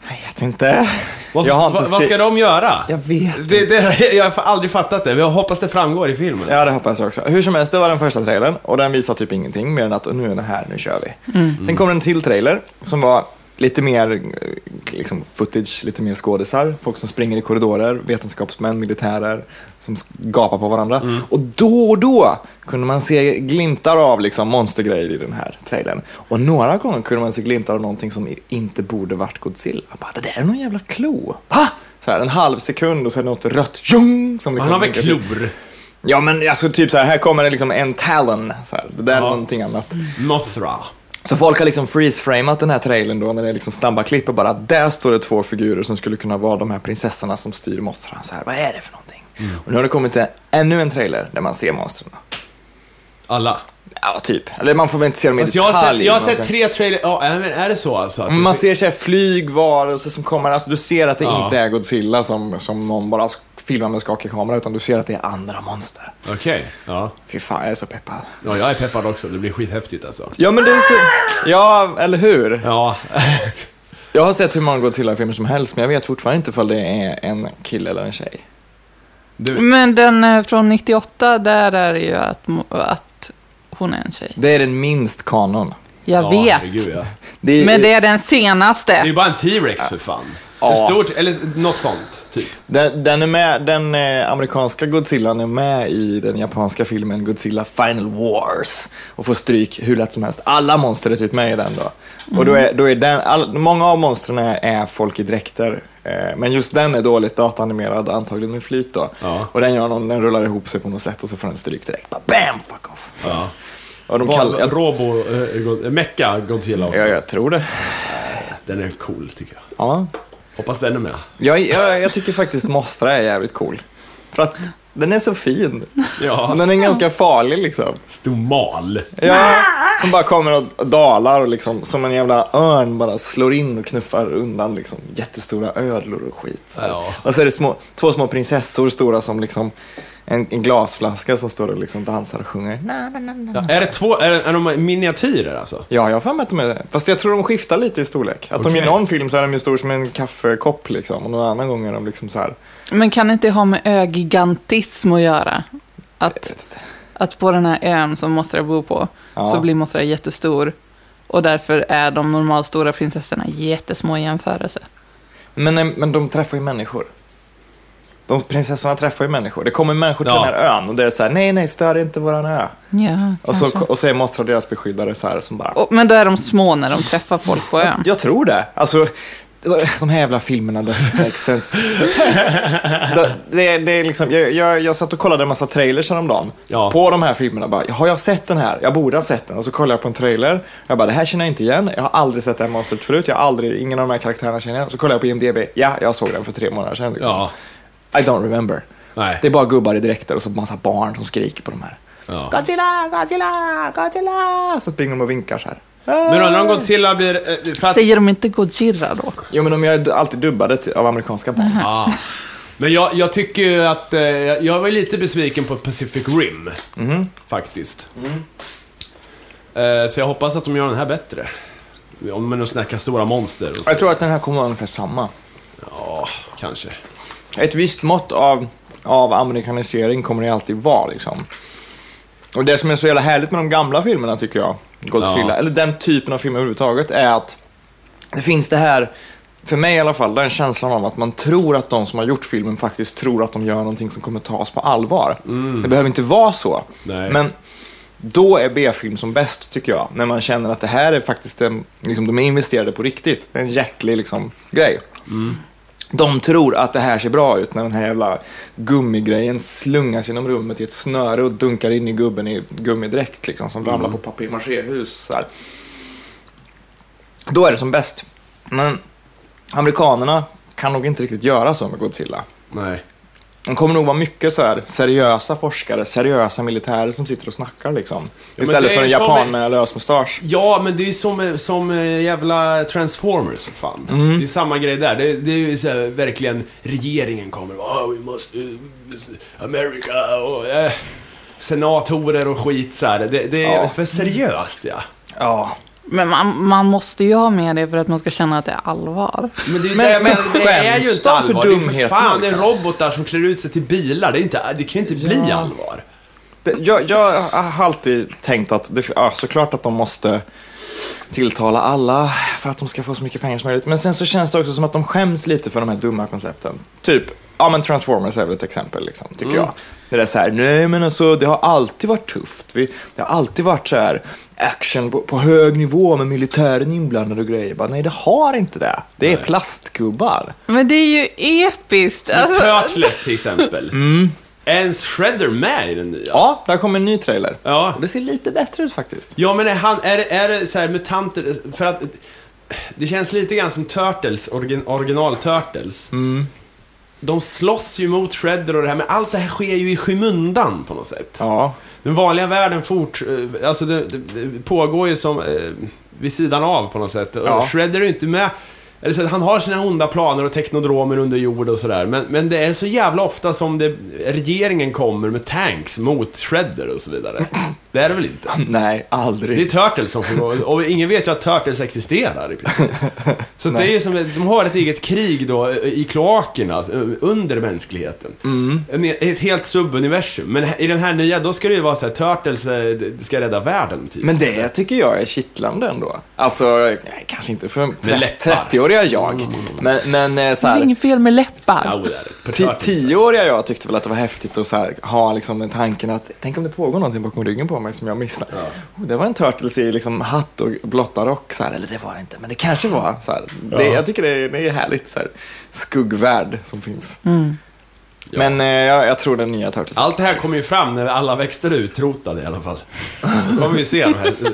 Speaker 1: Jag vet inte.
Speaker 3: Vad,
Speaker 1: jag har inte
Speaker 3: vad, vad
Speaker 1: skri-
Speaker 3: ska de göra?
Speaker 1: Jag vet
Speaker 3: Det, det, jag har aldrig fattat det. Jag hoppas det framgår i filmen.
Speaker 1: Ja, det hoppas jag också. Hur som helst, det var den första trailern och den visar typ ingenting mer än att nu är den här, nu kör vi. Sen kom det en till trailer som var lite mer eh, liksom, footage, lite mer skådisar, folk som springer i korridorer, vetenskapsmän, militärer som s- gapar på varandra.
Speaker 3: Mm.
Speaker 1: Och då och då kunde man se glimtar av liksom, monstergrejer i den här trailern. Och några gånger kunde man se glimtar av någonting som i- inte borde varit Godzilla. Bara, det där är någon jävla klo. Va? Så här, en halv sekund och sen något rött tjong. som
Speaker 3: Han
Speaker 1: liksom
Speaker 3: har väl
Speaker 1: blinkar till.
Speaker 3: klor?
Speaker 1: Ja men alltså typ så här, här kommer det liksom en talon. Så här. Det där är
Speaker 3: Ja.
Speaker 1: någonting annat.
Speaker 3: Mothra.
Speaker 1: Så folk har liksom freeze-framat den här trailern då när det är liksom snabba klipp och bara där står det två figurer som skulle kunna vara de här prinsessorna som styr Mothra. Så här, vad är det för någonting?
Speaker 3: Mm.
Speaker 1: Och nu har det kommit en, ännu en trailer där man ser monstren.
Speaker 3: Alla.
Speaker 1: Ja, typ. Eller man får väl inte se dem i
Speaker 3: Alltså, jag
Speaker 1: detalj.
Speaker 3: har sett, jag har
Speaker 1: men
Speaker 3: sett tre trailers. Ja, nej, men är det så alltså? Att det-
Speaker 1: Men Man ser så här flygvarelser som kommer, alltså du ser att det
Speaker 3: Ja.
Speaker 1: inte är Godzilla som, som någon bara sk- filmar med skakig kamera utan du ser att det är andra monster.
Speaker 3: Okej. Ja.
Speaker 1: Fy fan, jag är så peppad.
Speaker 3: ja, jag är peppad också. Det blir skithäftigt alltså.
Speaker 1: Ja men det är så... Ja, eller hur?
Speaker 3: Ja.
Speaker 1: Jag har sett hur många Godzilla-filmer som helst, men jag vet fortfarande inte ifall det är en kille eller en tjej.
Speaker 3: Du,
Speaker 2: Men den eh, från 98, där är det ju att, mo- att hon är en tjej.
Speaker 1: Det är den minst kanon.
Speaker 2: Jag
Speaker 3: ja,
Speaker 2: vet.
Speaker 3: herregud, ja.
Speaker 1: Det är,
Speaker 2: Men det är den
Speaker 3: Det är
Speaker 2: senaste.
Speaker 3: ju bara en T-Rex för fan.
Speaker 1: Ja.
Speaker 3: Hur stort? Eller något sånt, typ.
Speaker 1: den, den, är med, den eh, amerikanska Godzillan är med i den japanska filmen Godzilla Final Wars och får stryk hur lätt som helst. Alla monster är typ med i den då. Och då är, då är den, all, många av monstren är- är folk i dräkter. eh, Men just den är dåligt datanimerad, antagligen med flit då.
Speaker 3: Ja.
Speaker 1: Och den gör någon, den rullar ihop sig på något sätt och så får den stryk direkt. Bara bam, fuck off.
Speaker 3: Ja.
Speaker 1: Och de
Speaker 3: Val,
Speaker 1: kallar, jag,
Speaker 3: Robo, eh, God- Mecha Godzilla också.
Speaker 1: jag, jag tror det.
Speaker 3: Den är cool, tycker jag.
Speaker 1: Ja,
Speaker 3: Hoppas den är med.
Speaker 1: Jag, jag, jag tycker faktiskt Mostra är jävligt cool. För att den är så fin.
Speaker 3: Ja.
Speaker 1: Den är ganska farlig liksom.
Speaker 3: Stor mal.
Speaker 1: Ja, som bara kommer och dalar och liksom som en jävla örn bara slår in och knuffar undan liksom jättestora ödlor och skit. Så här.
Speaker 3: Ja.
Speaker 1: Och så är det små, två små prinsessor stora som liksom en, en glasflaska som står och liksom dansar och sjunger.
Speaker 3: Ja, är det två, är, det, är de miniatyrer alltså?
Speaker 1: Ja, jag har för mig att de är det. Fast jag tror de skiftar lite i storlek. Att de i
Speaker 3: Okej.
Speaker 1: någon film så är de ju stor som en kaffekopp liksom. Och någon annan gång är de liksom så här.
Speaker 2: Men kan inte det ha med ögigantism att göra?
Speaker 1: jag vet
Speaker 2: Att,
Speaker 1: inte.
Speaker 2: att på den här ön som Mothra bor på
Speaker 1: Ja.
Speaker 2: så blir Mothra jättestor. Och därför är de normalstora prinsessorna jättesmå i jämförelse.
Speaker 1: Men, eh, men de träffar ju människor. De prinsessorna träffar ju människor. Det kommer människor till
Speaker 3: Ja.
Speaker 1: den här ön och det är så här, nej, nej, stör inte våran ö.
Speaker 2: Ja,
Speaker 1: Och så,
Speaker 2: kanske.
Speaker 1: och så är Mothra deras beskyddare så här som bara,
Speaker 2: Och, men då är de små när de träffar folk på ön.
Speaker 1: jag tror det. Alltså, de här jävla filmerna, doesn't make sense. det, det, är- det är liksom, jag, jag, jag satt och kollade en massa trailers häromdagen
Speaker 3: Ja.
Speaker 1: på de här filmerna. Bara, har jag sett den här? Jag borde ha sett den. Och så kollade jag på en trailer. Jag bara, det här känner jag inte igen. Jag har aldrig sett det här monstret förut. Jag har aldrig, ingen av de här karaktärerna känner jag. Så kollade jag på IMDB. Ja, jag såg den för tre månader sedan. Liksom.
Speaker 3: Ja.
Speaker 1: I don't remember.
Speaker 3: Nej.
Speaker 1: Det är bara gubbar i dräkter och så massa barn som skriker på de här.
Speaker 3: Ja.
Speaker 4: Godzilla, Godzilla, Godzilla.
Speaker 1: Ah, så springer de och vinkar så här.
Speaker 3: Men undrar om Godzilla blir... eh, För att,
Speaker 2: Säger de inte Gojira då?
Speaker 1: Jo, men de är ju alltid dubbade till, av amerikanska band.
Speaker 3: ah. Men jag, jag tycker ju att... eh, Jag var ju lite besviken på Pacific Rim.
Speaker 1: Mhm.
Speaker 3: Faktiskt. Eh, Så jag hoppas att de gör den här bättre. Om man nu snackar stora monster och så.
Speaker 1: Jag tror att den här kommer vara ungefär samma.
Speaker 3: Ja, kanske.
Speaker 1: Ett visst mått av, av amerikanisering kommer det alltid vara. Liksom. Och det som är så jävla härligt med de gamla filmerna tycker jag, Godzilla,
Speaker 3: Ja.
Speaker 1: eller den typen av filmer överhuvudtaget, är att det finns det här, för mig i alla fall, den känslan av att man tror att de som har gjort filmen faktiskt tror att de gör någonting som kommer tas på allvar. Det behöver inte vara så.
Speaker 3: Nej.
Speaker 1: Men då är B-film som bäst tycker jag. När man känner att det här är faktiskt en, liksom, de är investerade på riktigt. Det är en hjärtlig liksom, grej. De tror att det här ser bra ut när den här jävla gummigrejen slungas genom rummet i ett snöre och dunkar in i gubben i gummidräkt liksom, som ramlar på papier-maché-hus. så här. Då är det som bäst. Men amerikanerna kan nog inte riktigt göra så med Godzilla.
Speaker 3: Nej.
Speaker 1: De kommer nog vara mycket så här seriösa forskare, seriösa militärer som sitter och snackar liksom.
Speaker 3: men
Speaker 1: Istället
Speaker 3: det
Speaker 1: för
Speaker 3: är
Speaker 1: en
Speaker 3: som
Speaker 1: japan
Speaker 3: i-
Speaker 1: med lös mustasch.
Speaker 3: Ja, men det är ju som, eh, som eh, jävla Transformers, för fan.
Speaker 1: Mhm.
Speaker 3: Det är samma grej där. Det, det är ju så här, verkligen, regeringen kommer. Oh, we must, eh, America och... Eh, senatorer och skit så här. Det, det är
Speaker 1: Ja.
Speaker 3: för seriöst, ja.
Speaker 1: Ja.
Speaker 2: Men man, man måste ju ha med det för att man ska känna att det är allvar.
Speaker 3: Men det, är ju
Speaker 1: Men
Speaker 3: det, jag menar, det är
Speaker 1: skäms
Speaker 3: ju inte
Speaker 1: de för
Speaker 3: allvar. Det är för
Speaker 1: dumheten,
Speaker 3: fan
Speaker 1: liksom?
Speaker 3: det är robotar som klär ut sig till bilar. Det, är inte, det kan ju inte bli
Speaker 1: Ja.
Speaker 3: allvar.
Speaker 1: Det- Jag, jag har alltid tänkt att det, ja, såklart att de måste tilltala alla för att de ska få så mycket pengar som möjligt. Men sen så känns det också som att de skäms lite för de här dumma koncepten. Typ, ja men Transformers är väl ett exempel liksom, tycker jag. Det är så här, nej men alltså det har alltid varit tufft. Vi, det har alltid varit så här action på, på hög nivå med militären inblandad och grejer. Bara, nej det har inte det. Det är plastgubbar.
Speaker 2: Men det är ju episkt.
Speaker 3: Alltså...
Speaker 2: Alltså,
Speaker 3: Turtles till exempel.
Speaker 1: Mm.
Speaker 3: Är ens Shredder med i den nya?
Speaker 1: Ja, där kommer en ny trailer.
Speaker 3: Ja.
Speaker 1: Och det ser lite bättre ut faktiskt.
Speaker 3: Ja men är, han, är, det- är det så här mutanter, för att det känns lite grann som Turtles, origin, original Turtles.
Speaker 1: Mm.
Speaker 3: De slåss ju mot Shredder och det här, men allt det här sker ju i skymundan på något sätt.
Speaker 1: Ja.
Speaker 3: Den vanliga världen fort, eh, alltså det, det, det pågår ju som eh, vid sidan av på något sätt. Och
Speaker 1: Ja.
Speaker 3: Shredder är ju inte med. Eller så, att han har sina onda planer och teknodromer under jord och sådär. Men, men det är så jävla ofta som det, regeringen kommer med tanks mot Shredder och så vidare. Det är det väl inte?
Speaker 1: Nej, aldrig.
Speaker 3: Det är Turtles som får gå, och ingen vet ju att Turtles existerar i princip. Så att det är ju som, ett- de har ett eget krig då i kloakerna, alltså, under mänskligheten.
Speaker 1: Mm.
Speaker 3: En, ett helt subuniversum. Men i den här nya, då ska det ju vara så här, Turtles eh, ska rädda världen typ.
Speaker 1: Men det tycker jag är kittlande ändå. Alltså, nej, kanske inte för
Speaker 3: Med
Speaker 1: tre-
Speaker 3: läppar. Mm.
Speaker 1: 30-åriga jag. Men, men eh, så
Speaker 2: det är
Speaker 1: här,
Speaker 2: inget fel med läppar.
Speaker 3: Ja, det är det. På
Speaker 1: ti-
Speaker 3: Turtles.
Speaker 1: 10-åriga jag tyckte väl att det var häftigt att så här, ha liksom den tanken att tänk om det pågår någonting bakom ryggen på mig som jag missar. Oh, det var en Turtles i liksom hatt och blotta rock. Så här, eller det var det inte, men det kanske var. Så här, det, jag tycker det är, det är härligt. Så här, skuggvärld som finns.
Speaker 2: Mm.
Speaker 1: Men eh, jag, jag tror den nya Turtles.
Speaker 3: Allt det här kommer ju fram när alla växter är utrotade i alla fall. Då kommer vi se de här eh, eh,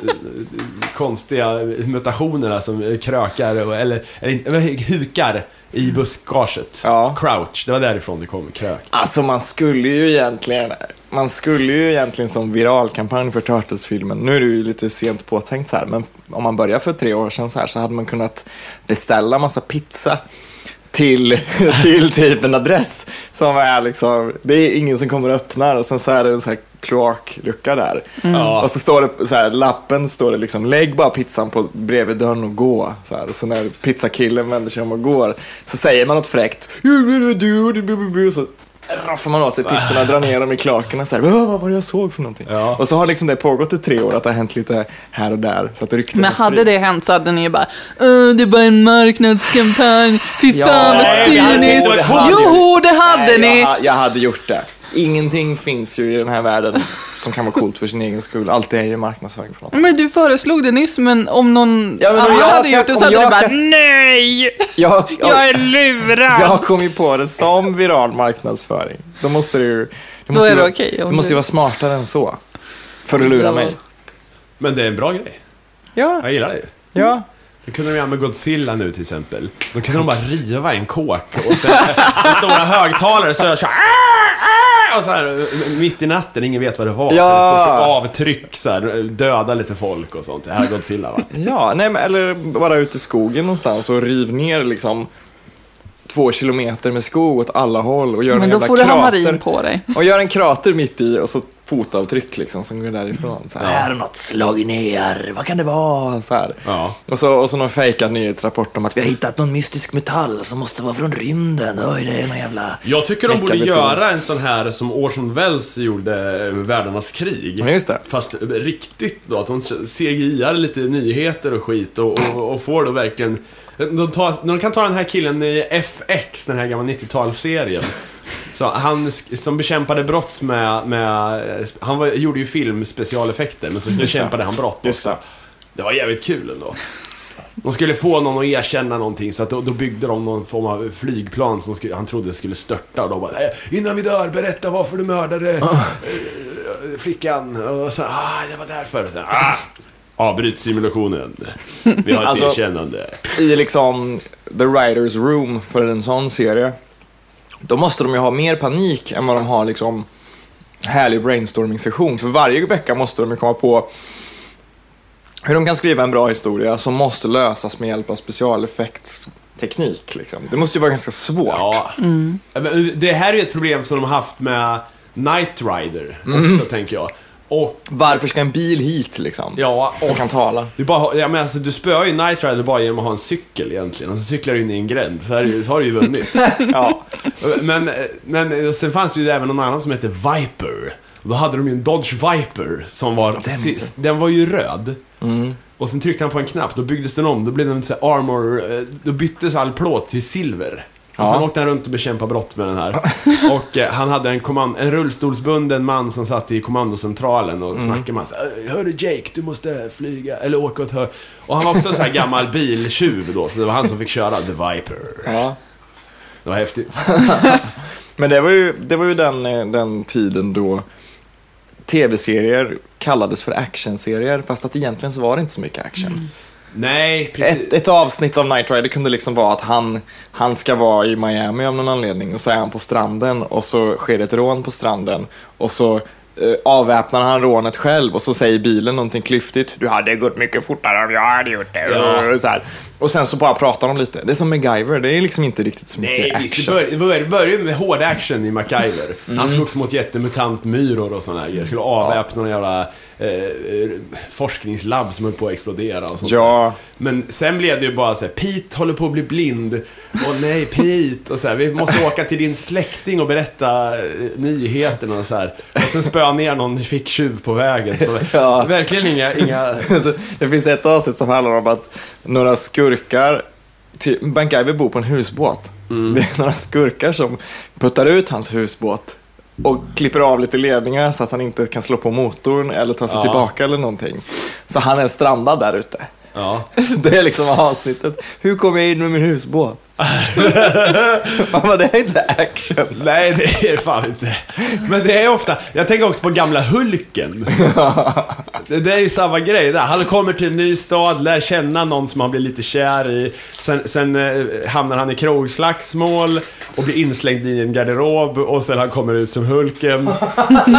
Speaker 3: konstiga mutationerna som eh, krökar, och, eller, eller inte- eh, hukar i buskaget.
Speaker 1: Ja.
Speaker 3: Crouch, det var därifrån det kom, krök.
Speaker 1: Alltså man skulle ju egentligen, man skulle ju egentligen som viralkampanj för Turtles-filmen, nu är det ju lite sent påtänkt så här, men om man börjar för tre år sedan så här så hade man kunnat beställa massa pizza till, till typ en adress som är liksom, det är ingen som kommer och öppnar och sen så är det en så här kloaklucka där.
Speaker 3: Ja.
Speaker 1: Och så står det, så här, lappen står det liksom, lägg bara pizzan på bredvid dörren och gå. Så, här. Och så när pizzakillen vänder sig om och går, så säger man något fräckt. Så raffar man av sig pizzorna, drar ner dem i klakerna så här, "Åh, vad var det jag såg för någonting?
Speaker 3: Ja.
Speaker 1: Och så har liksom det pågått i tre år, att det har hänt lite här och där. Så att rykten
Speaker 2: Men
Speaker 1: har
Speaker 2: hade det
Speaker 1: spridits.
Speaker 2: hänt så hade ni ju bara "Åh, det är bara en marknadskampanj, fy
Speaker 1: Ja,
Speaker 2: fan vad
Speaker 1: nej, vi hade-
Speaker 2: cyniskt.
Speaker 1: det hade vi.
Speaker 2: Joho, det hade
Speaker 1: Nej,
Speaker 2: ni.
Speaker 1: Jag, ha- jag hade gjort det. Ingenting finns ju i den här världen som kan vara coolt för sin egen skull. Allt är ju marknadsföring för något.
Speaker 2: Men du föreslog det nyss, men om någon
Speaker 1: Ja, men om
Speaker 2: annan
Speaker 1: jag
Speaker 2: hade
Speaker 1: kan-
Speaker 2: gjort det
Speaker 1: om
Speaker 2: så hade
Speaker 1: jag
Speaker 2: du bara
Speaker 1: kan-
Speaker 4: Nej!
Speaker 1: Jag,
Speaker 4: Jag är lurad!
Speaker 1: Jag kom ju på det som viral marknadsföring. Då måste det ju... Det måste
Speaker 2: är
Speaker 1: ju
Speaker 2: det
Speaker 1: vara-
Speaker 2: okej om
Speaker 1: Det måste
Speaker 2: du-
Speaker 1: ju vara smartare än så. För att lura
Speaker 2: Ja.
Speaker 1: mig.
Speaker 3: Men det är en bra grej.
Speaker 1: Ja,
Speaker 3: Jag gillar det ju.
Speaker 1: ja.
Speaker 3: Då kunde de göra med Godzilla nu till exempel. Då kunde de bara riva en kåk och sen med stora högtalare så jag så här, "Ah, Och så här, mitt i natten, ingen vet vad det var.
Speaker 1: Ja.
Speaker 3: Så det står för avtryck, så här, döda lite folk och sånt. Det här är Godzilla va?
Speaker 1: Ja, nej, men, eller bara ut i skogen någonstans och riv ner liksom två kilometer med skog åt alla håll och gör en
Speaker 2: Men då
Speaker 1: jävla
Speaker 2: får du hamarin
Speaker 1: krater.
Speaker 2: på dig.
Speaker 1: Och gör en krater mitt i och så fotavtryck liksom som går därifrån. Så här, här har något slagit ner, vad kan det vara? Så här.
Speaker 3: Ja.
Speaker 1: Och, så, och så någon fejkad nyhetsrapport om att vi har hittat någon mystisk metall som måste vara från rymden. Oj, det är någon jävla...
Speaker 3: Jag tycker de borde
Speaker 1: Äckarbetsson.
Speaker 3: göra en sån här som Orson Welles gjorde eh, med Världarnas krig.
Speaker 1: Ja, just det.
Speaker 3: Fast eh, riktigt då, att de CGI-ar lite nyheter och skit och, och, och får då verkligen... De, tar, de kan ta den här killen i FX, den här gamla 90-talsserien. Så han sk- som bekämpade brott med... med eh, han var, gjorde ju film specialeffekter, men så bekämpade han brott också.
Speaker 1: det.
Speaker 3: Det var jävligt kul ändå. De skulle få någon att erkänna någonting så att då, då byggde de någon form av flygplan som skulle, han trodde skulle störta och de bara "Nej, Innan vi dör, berätta varför du mördade eh, flickan. Och så, ah, det var därför. Så, ah, avbryt simulationen. Vi har ett
Speaker 1: Alltså-
Speaker 3: erkännande.
Speaker 1: I liksom the writers room för en sån serie. Då måste de ju ha mer panik än vad de har liksom härlig brainstorming-session. För varje vecka måste de ju komma på hur de kan skriva en bra historia som måste lösas med hjälp av specialeffektsteknik. Liksom. Det måste ju vara ganska svårt.
Speaker 3: Ja. Men eh, Det här är ju ett problem som de har haft med Knight Rider också, tänker jag. Och,
Speaker 1: Varför ska en bil hit liksom?
Speaker 3: ja,
Speaker 1: Som
Speaker 3: och
Speaker 1: kan tala.
Speaker 3: Det är bara, ja, men alltså, du spöar ju Knight Rider bara genom att ha en cykel egentligen. Och så cyklar du in i en gränd. Så, här, är ju- så har du ju vunnit.
Speaker 1: Ja.
Speaker 3: Men, men eh, sen fanns det ju även någon annan som hette Viper. Då hade de ju en Dodge Viper som var precis, den var ju röd. Och sen tryckte han på en knapp, då byggdes den om, då blev den så här armor, eh, då byttes all plåt till silver. Och sen
Speaker 1: Ja.
Speaker 3: åkte han runt och bekämpade brott med den här. Och eh, han hade en, kommand- en rullstolsbunden man som satt i kommandocentralen och snackade med honom såhär, Hörru Jake, du måste flyga, eller åka åt höger. Och han var också så här gammal biltjuv då, så det var han som fick köra The Viper.
Speaker 1: ja.
Speaker 3: Det var häftigt.
Speaker 1: Men det var ju, det var ju den, eh, den tiden då tv-serier kallades för actionserier fast att egentligen så var det inte så mycket action.
Speaker 3: Nej, Mm. precis.
Speaker 1: Ett, ett avsnitt av Night Rider kunde liksom vara att han, han ska vara i Miami av någon anledning och så är han på stranden och så sker ett rån på stranden och så eh, avväpnar han rånet själv och så säger bilen någonting klyftigt. Du hade gått mycket fortare om jag hade gjort det.
Speaker 3: Ja.
Speaker 1: Så här. Och sen så bara pratar de lite. Det är som MacGyver, det är liksom inte riktigt så mycket
Speaker 3: Nej,
Speaker 1: action. Mm.
Speaker 3: visst, det började, det började- det började med hård action i MacGyver. Han slogs mot jättemutantmyror och sådana här grejer. Skulle avväpna någon jävla eh, forskningslabb som höll på att explodera och sånt där.
Speaker 1: Ja,
Speaker 3: Men sen blev det ju bara så här, Pete håller på att bli blind. Åh nej, Pete. Och så här, vi måste åka till din släkting och berätta eh, nyheterna och så här. Och sen spöa ner någon ficktjuv på vägen. Så
Speaker 1: Ja.
Speaker 3: verkligen inga, inga...
Speaker 1: Alltså, det finns ett avsnitt som handlar om att några skurkar, ty- MacGyver bor på en husbåt.
Speaker 3: Mm.
Speaker 1: Det är några skurkar som puttar ut hans husbåt och klipper av lite ledningar så att han inte kan slå på motorn eller ta sig
Speaker 3: Ja.
Speaker 1: tillbaka eller någonting. Så han är strandad där ute.
Speaker 3: Ja.
Speaker 1: Det är liksom avsnittet. Hur kom jag in med min husbåt? Man bara, det är inte action.
Speaker 3: Nej, det är det fan inte. Men det är ofta, jag tänker också på gamla Hulken. Det, det är ju samma grej där. Han kommer till en ny stad, lär känna någon som han blir lite kär i. Sen, sen eh, hamnar han i krogslagsmål och blir inslängd i en garderob och sen han kommer ut som Hulken.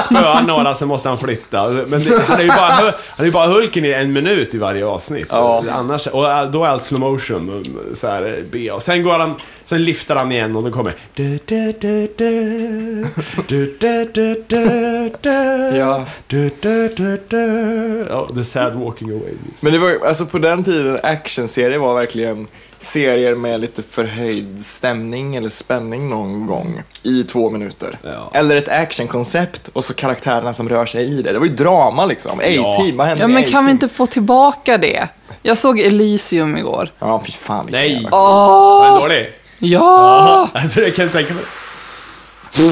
Speaker 3: Spöar några, sen måste han flytta. Men det, han, är ju bara, han är ju bara Hulken i en minut i varje avsnitt.
Speaker 1: Ja.
Speaker 3: Annars, och äh, då är allt slow motion. och Så här, eh, B. Och sen går han, sen lyfter han igen och då kommer... Du, du, du, du, du, du, du, du, du.
Speaker 1: Ja.
Speaker 3: Du, du, du, du. Ja, the sad walking away.
Speaker 1: Men det var ju- alltså på den tiden, actionserier var verkligen serier med lite förhöjd stämning eller spänning någon gång i två minuter.
Speaker 3: Ja.
Speaker 1: Eller ett actionkoncept och så karaktärerna som rör sig i det. Det var ju drama liksom. A-team, vad hände
Speaker 2: Ja,
Speaker 1: med
Speaker 2: men kan
Speaker 1: A-team?
Speaker 2: vi inte få tillbaka det? Jag såg Elysium igår.
Speaker 1: Ja, fy fan. vilken
Speaker 3: Nej.
Speaker 1: jävla-
Speaker 3: Vad
Speaker 2: Åh!
Speaker 3: dålig.
Speaker 1: Ah.
Speaker 2: Ja!
Speaker 3: Alltså, det kan jag tänka mig.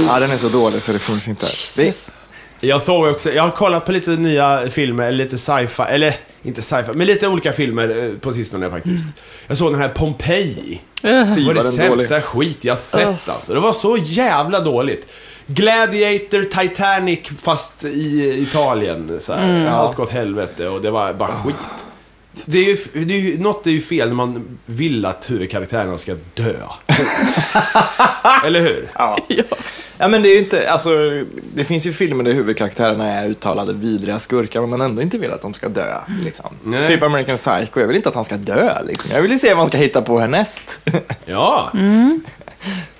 Speaker 1: Ja, den är så dålig så det finns inte. Det,
Speaker 3: Jag såg också, jag har kollat på lite nya filmer, eller lite sci-fi, eller inte sci-fi, men lite olika filmer eh, på sistone faktiskt. Jag såg den här Pompeji.
Speaker 1: fy
Speaker 3: Det var
Speaker 1: vad
Speaker 3: det
Speaker 1: den dålig.
Speaker 3: sämsta skit jag sett alltså. Det var så jävla dåligt. Gladiator, Titanic, fast i Italien. Så här. Allt gått helvete och det var bara skit. Det är ju, det är ju, något är ju fel när man vill att huvudkaraktärerna ska dö. Eller hur?
Speaker 1: Ja. Ja, men det, är ju inte, alltså, det finns ju filmer där huvudkaraktärerna är uttalade vidriga skurkar men man ändå inte vill att de ska dö. Liksom.
Speaker 3: Nej.
Speaker 1: Typ American Psycho, jag vill inte att han ska dö. Liksom. Jag vill ju se vad han ska hitta på härnäst.
Speaker 3: Ja.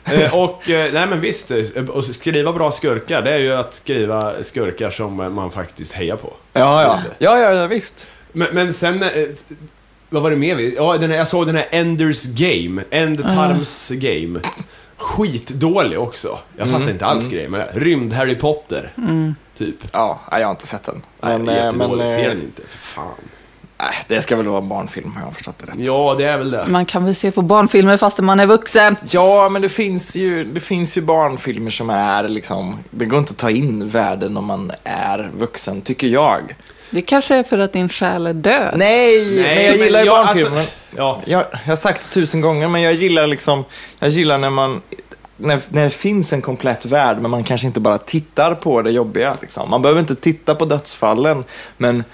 Speaker 3: Eh, och, eh, nej men visst, eh, och skriva bra skurkar, det är ju att skriva skurkar som eh, man faktiskt hejar på.
Speaker 1: Ja, ja. ja, ja, ja visst.
Speaker 3: Men, men sen, eh, vad var det mer vi... Ja, den här, jag såg den här Enders Game, Endtarms Game. Skitdålig också. Jag
Speaker 1: Mm.
Speaker 3: fattar inte alls grejen med det. Rymd-Harry Potter, typ.
Speaker 1: Ja, nej, jag har inte sett den.
Speaker 3: Nej,
Speaker 1: Men, eh,
Speaker 3: jättedålig.
Speaker 1: men, eh,
Speaker 3: Ser den inte. För fan.
Speaker 1: nej, det ska väl vara en barnfilm har jag förstått det rätt.
Speaker 3: Ja, det är väl det.
Speaker 2: Man kan väl se på barnfilmer fastän man är vuxen.
Speaker 1: Ja, men det finns, ju, det finns ju barnfilmer som är liksom, det går inte att ta in världen om man är vuxen, tycker jag.
Speaker 2: Det kanske är för att din själ är död.
Speaker 1: Nej, men jag gillar ju barnfilmer.
Speaker 3: alltså, ja.
Speaker 1: Jag, jag har sagt det tusen gånger, men jag gillar liksom, jag gillar när man, när, när det finns en komplett värld, men man kanske inte bara tittar på det jobbiga. Liksom. Man behöver inte titta på dödsfallen, men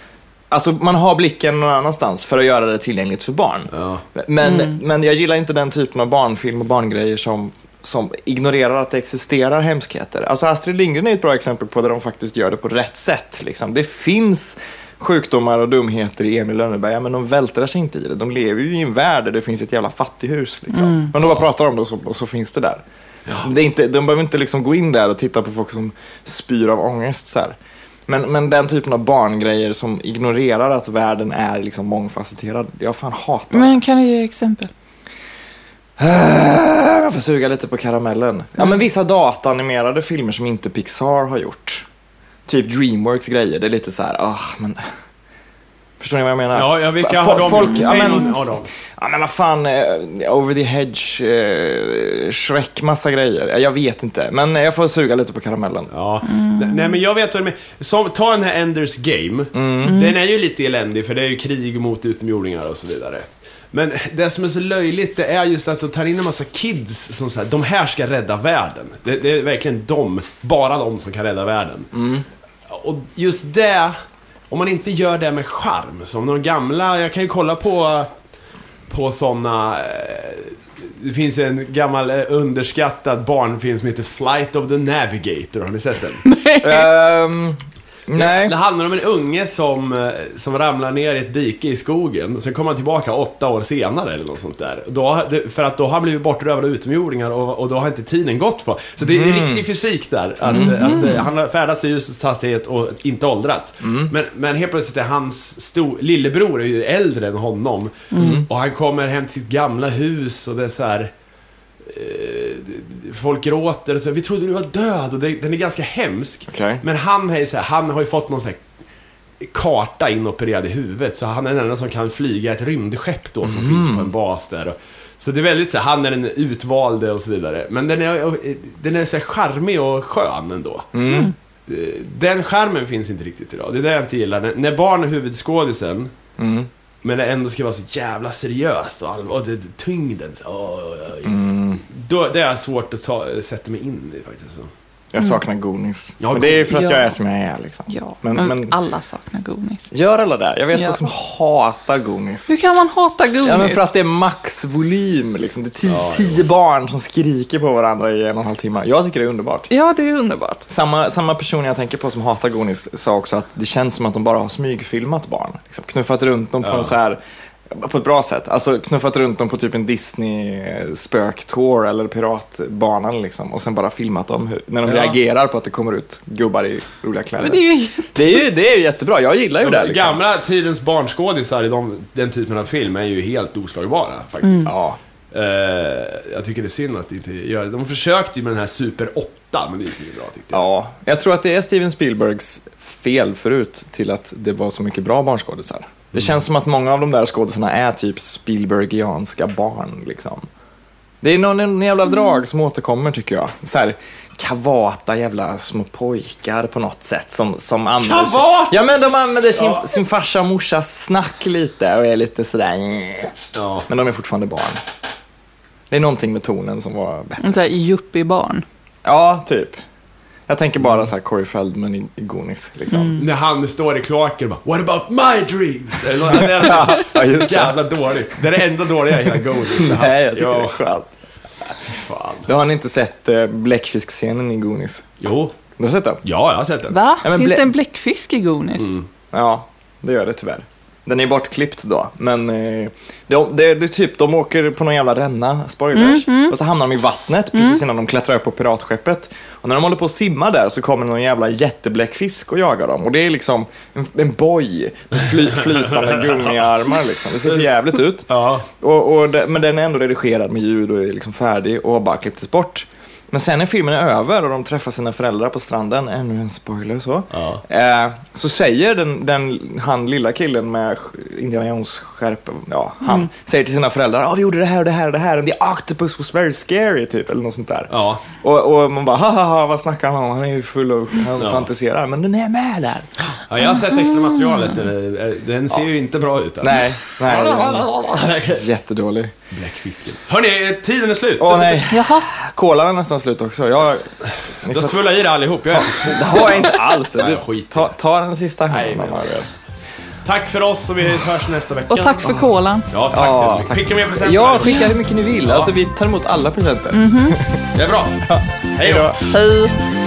Speaker 1: alltså, man har blicken någon annanstans för att göra det tillgängligt för barn.
Speaker 3: Ja.
Speaker 1: Men, men jag gillar inte den typen av barnfilm och barngrejer som, som ignorerar att det existerar hemskheter. Alltså Astrid Lindgren är ett bra exempel på där de faktiskt gör det på rätt sätt. Liksom. Det finns sjukdomar och dumheter i Emil i Lönneberga, men de vältrar sig inte i det. De lever ju i en värld där det finns ett jävla fattighus. Liksom. Men de bara pratar om det och så, och så finns det där. Det är inte, de behöver inte liksom gå in där och titta på folk som spyr av ångest. Så här. Men, men den typen av barngrejer som ignorerar att världen är liksom mångfacetterad, jag fan hatar det.
Speaker 2: Men kan du ge exempel?
Speaker 1: Ah, Jag får suga lite på karamellen. Ja, men vissa dataanimerade filmer som inte Pixar har gjort. Typ Dreamworks grejer. Det är lite så här, ah, men... Förstår ni vad jag menar?
Speaker 3: Ja, ja, vilka
Speaker 1: Fo-
Speaker 3: har de
Speaker 1: folk,
Speaker 3: gjort?
Speaker 1: ja,
Speaker 3: Säg
Speaker 1: men,
Speaker 3: någon av dem.
Speaker 1: ja, men vad fan, eh, Over the Hedge, eh, Shrek, massa grejer. Ja, Jag vet inte, men jag får suga lite på karamellen.
Speaker 3: Ja. Nej men jag vet vad du menar. Som, ta den här Enders Game. Den är ju lite eländig för det är ju krig mot utomjordingar och så vidare. Men det som är så löjligt det är just att de tar in en massa kids som säger de här ska rädda världen. Det, det är verkligen de, bara de som kan rädda världen. Och just det, om man inte gör det med charm, som de gamla, jag kan ju kolla på, på sådana det finns ju en gammal eh, underskattad barnfilm som heter Flight of the Navigator, har ni sett den?
Speaker 2: Eh.
Speaker 1: Ehm, nej.
Speaker 3: Det handlar om en unge som, eh, som ramlar ner i ett dike i skogen, sen kommer han tillbaka åtta år senare eller något sånt där. Då, har- det- för att då har han blivit bortrövad av utomjordingar och, och då har inte tiden gått för. Så det är riktig fysik där, att, att, eh, han har färdats i ljusets hastighet och inte åldrats. Men, men helt plötsligt är hans stor, lillebror är ju äldre än honom. Och han kommer hem till sitt gamla hus och det är så här... eh, folk gråter och säger vi trodde du var död och det, den är ganska hemsk.
Speaker 1: Okej.
Speaker 3: Men han är ju så här, han har ju fått någon så här karta inopererad i huvudet så han är den enda som kan flyga ett rymdskepp då
Speaker 1: Mm.
Speaker 3: som finns på en bas där. Och- Så det är väldigt så här, han är den utvalde och så vidare. Men den är, den är så här charmig och skön ändå.
Speaker 1: Mm.
Speaker 3: Eh, Den charmen finns inte riktigt idag. Det är det jag inte gillar. När- När barn är huvudskådisen
Speaker 1: Mm.
Speaker 3: men det ändå ska vara så jävla seriöst och allvar, och det, det, tyngden så, oj, oj, oj.
Speaker 1: Mm.
Speaker 3: Då, Det är svårt att ta, sätta mig in i faktiskt. Så.
Speaker 1: Jag saknar Goonies.
Speaker 3: Ja,
Speaker 1: men det är ju för att
Speaker 2: Goonies.
Speaker 1: jag är
Speaker 2: Ja.
Speaker 1: som jag är. Liksom.
Speaker 2: Ja, men,
Speaker 1: Men, men,
Speaker 2: alla saknar Goonies.
Speaker 1: gör alla det? Jag vet
Speaker 2: Ja.
Speaker 1: folk som hatar Goonies.
Speaker 2: Hur kan man hata Goonies?
Speaker 1: Ja, men för att det är maxvolym. Liksom. Det är tio, tio barn som skriker på varandra i en och en halv timme. Jag tycker det är underbart.
Speaker 2: Ja, det är underbart.
Speaker 1: Samma, samma person jag tänker på som hatar Goonies sa också att det känns som att de bara har smygfilmat barn. Liksom, knuffat runt dem på,
Speaker 3: Ja.
Speaker 1: något så här, på ett bra sätt. Alltså knuffat runt dem på typ en Disney-spöktour eller piratbanan liksom. Och sen bara filmat dem hur, när de
Speaker 3: Ja.
Speaker 1: reagerar på att det kommer ut gubbar i roliga kläder.
Speaker 2: Men det är ju...
Speaker 1: det, är ju, det är ju jättebra, jag gillar ju det.
Speaker 3: De
Speaker 1: Liksom.
Speaker 3: gamla tidens barnskådisar i de, den typen av film är ju helt oslagbara faktiskt.
Speaker 1: Ja.
Speaker 3: Eh, jag tycker det är synd att det inte gör det. De försökte ju med den här Super 8, men det gick ju bra tyckte jag.
Speaker 1: Ja, jag tror att det är Steven Spielbergs fel förut till att det var så mycket bra barnskådisar.
Speaker 3: Mm.
Speaker 1: Det känns som att många av de där skådisarna är typ Spielbergianska barn. Liksom. Det är någon, någon
Speaker 3: Mm.
Speaker 1: jävla drag som återkommer tycker jag. Så här, kavata jävla små pojkar på något sätt som, som använder sig-
Speaker 3: Kavata!
Speaker 1: Ja men de använder sin,
Speaker 3: Ja.
Speaker 1: sin farsa och morsas snack lite och är lite sådär... "Nj."
Speaker 3: Ja.
Speaker 1: Men de är fortfarande barn. Det är någonting med tonen som var bättre.
Speaker 2: En sån här yuppie-barn.
Speaker 1: Ja, typ. Jag tänker bara så här Corey Feldman i i Goonies. Liksom.
Speaker 3: När han står i kloaken och bara What about my dreams? Eller något- Det är så jävla dåligt. Det är det enda dåliga i hela Goonies.
Speaker 1: Nej, jag tycker
Speaker 3: Ja.
Speaker 1: det är skönt.
Speaker 3: fan.
Speaker 1: Då har ni inte sett eh, bläckfiskscenen i Goonies?
Speaker 3: Jo,
Speaker 1: Du har sett den?
Speaker 3: ja, jag har sett den.
Speaker 2: Va?
Speaker 1: Ja, men
Speaker 2: Finns
Speaker 1: blä- Mm.
Speaker 2: det en bläckfisk i Goonies?
Speaker 1: Ja, det gör det tyvärr. Den är bortklippt då, men eh, de, det, det är typ, de åker på någon jävla ränna, spoilers, och så hamnar de i vattnet precis innan de klättrar upp på piratskeppet. Och när de håller på att simma där så kommer någon jävla jättebläckfisk och jagar dem. Och det är liksom en, en boj med fly, flytande gummiarmar liksom. Det ser för jävligt ut.
Speaker 3: Ja.
Speaker 1: Och, och det, men den är ändå redigerad med ljud och är liksom färdig och har bara klipptes bort. Men sen när filmen är över och de träffar sina föräldrar på stranden, ännu en spoiler så.
Speaker 3: Ja.
Speaker 1: Eh, så säger den, den, han lilla killen med sk- Indiana Jones skärp, ja, han säger till sina föräldrar, ja vi gjorde det här och det här och det här, and the octopus was very scary typ, eller något sånt där.
Speaker 3: Ja.
Speaker 1: Och, och man bara, haha, vad snackar han om? Han är ju full och han
Speaker 3: Ja.
Speaker 1: fantiserar, men den är med där.
Speaker 3: ja, jag har sett extra
Speaker 1: Ah.
Speaker 3: materialet. Eh, Den ser ju inte bra ut. alltså.
Speaker 1: Nej, nej, det är den. jättedålig.
Speaker 3: Bläckfisken. Hörni, eh, tiden är slut.
Speaker 1: Åh nej,
Speaker 2: Jaha,
Speaker 1: kolan är nästan slut också. Jag, ni
Speaker 3: Då
Speaker 1: får-
Speaker 3: smullar i det allihop. Jag är...
Speaker 1: Det har jag inte alls. Det.
Speaker 3: Nej,
Speaker 1: Du,
Speaker 3: skit i
Speaker 1: ta,
Speaker 3: det.
Speaker 1: ta den sista här.
Speaker 3: Nej, men- Tack för oss och vi hörs nästa vecka.
Speaker 2: och tack för kolan.
Speaker 1: Mm.
Speaker 3: Ja, tack så
Speaker 1: Ja,
Speaker 3: mycket.
Speaker 1: tack så
Speaker 3: Skicka mer presenter.
Speaker 1: Ja, skicka hur mycket ni vill. Alltså, vi tar emot alla presenter.
Speaker 3: Det är bra. Hej då.
Speaker 1: Hejdå.
Speaker 2: Hej.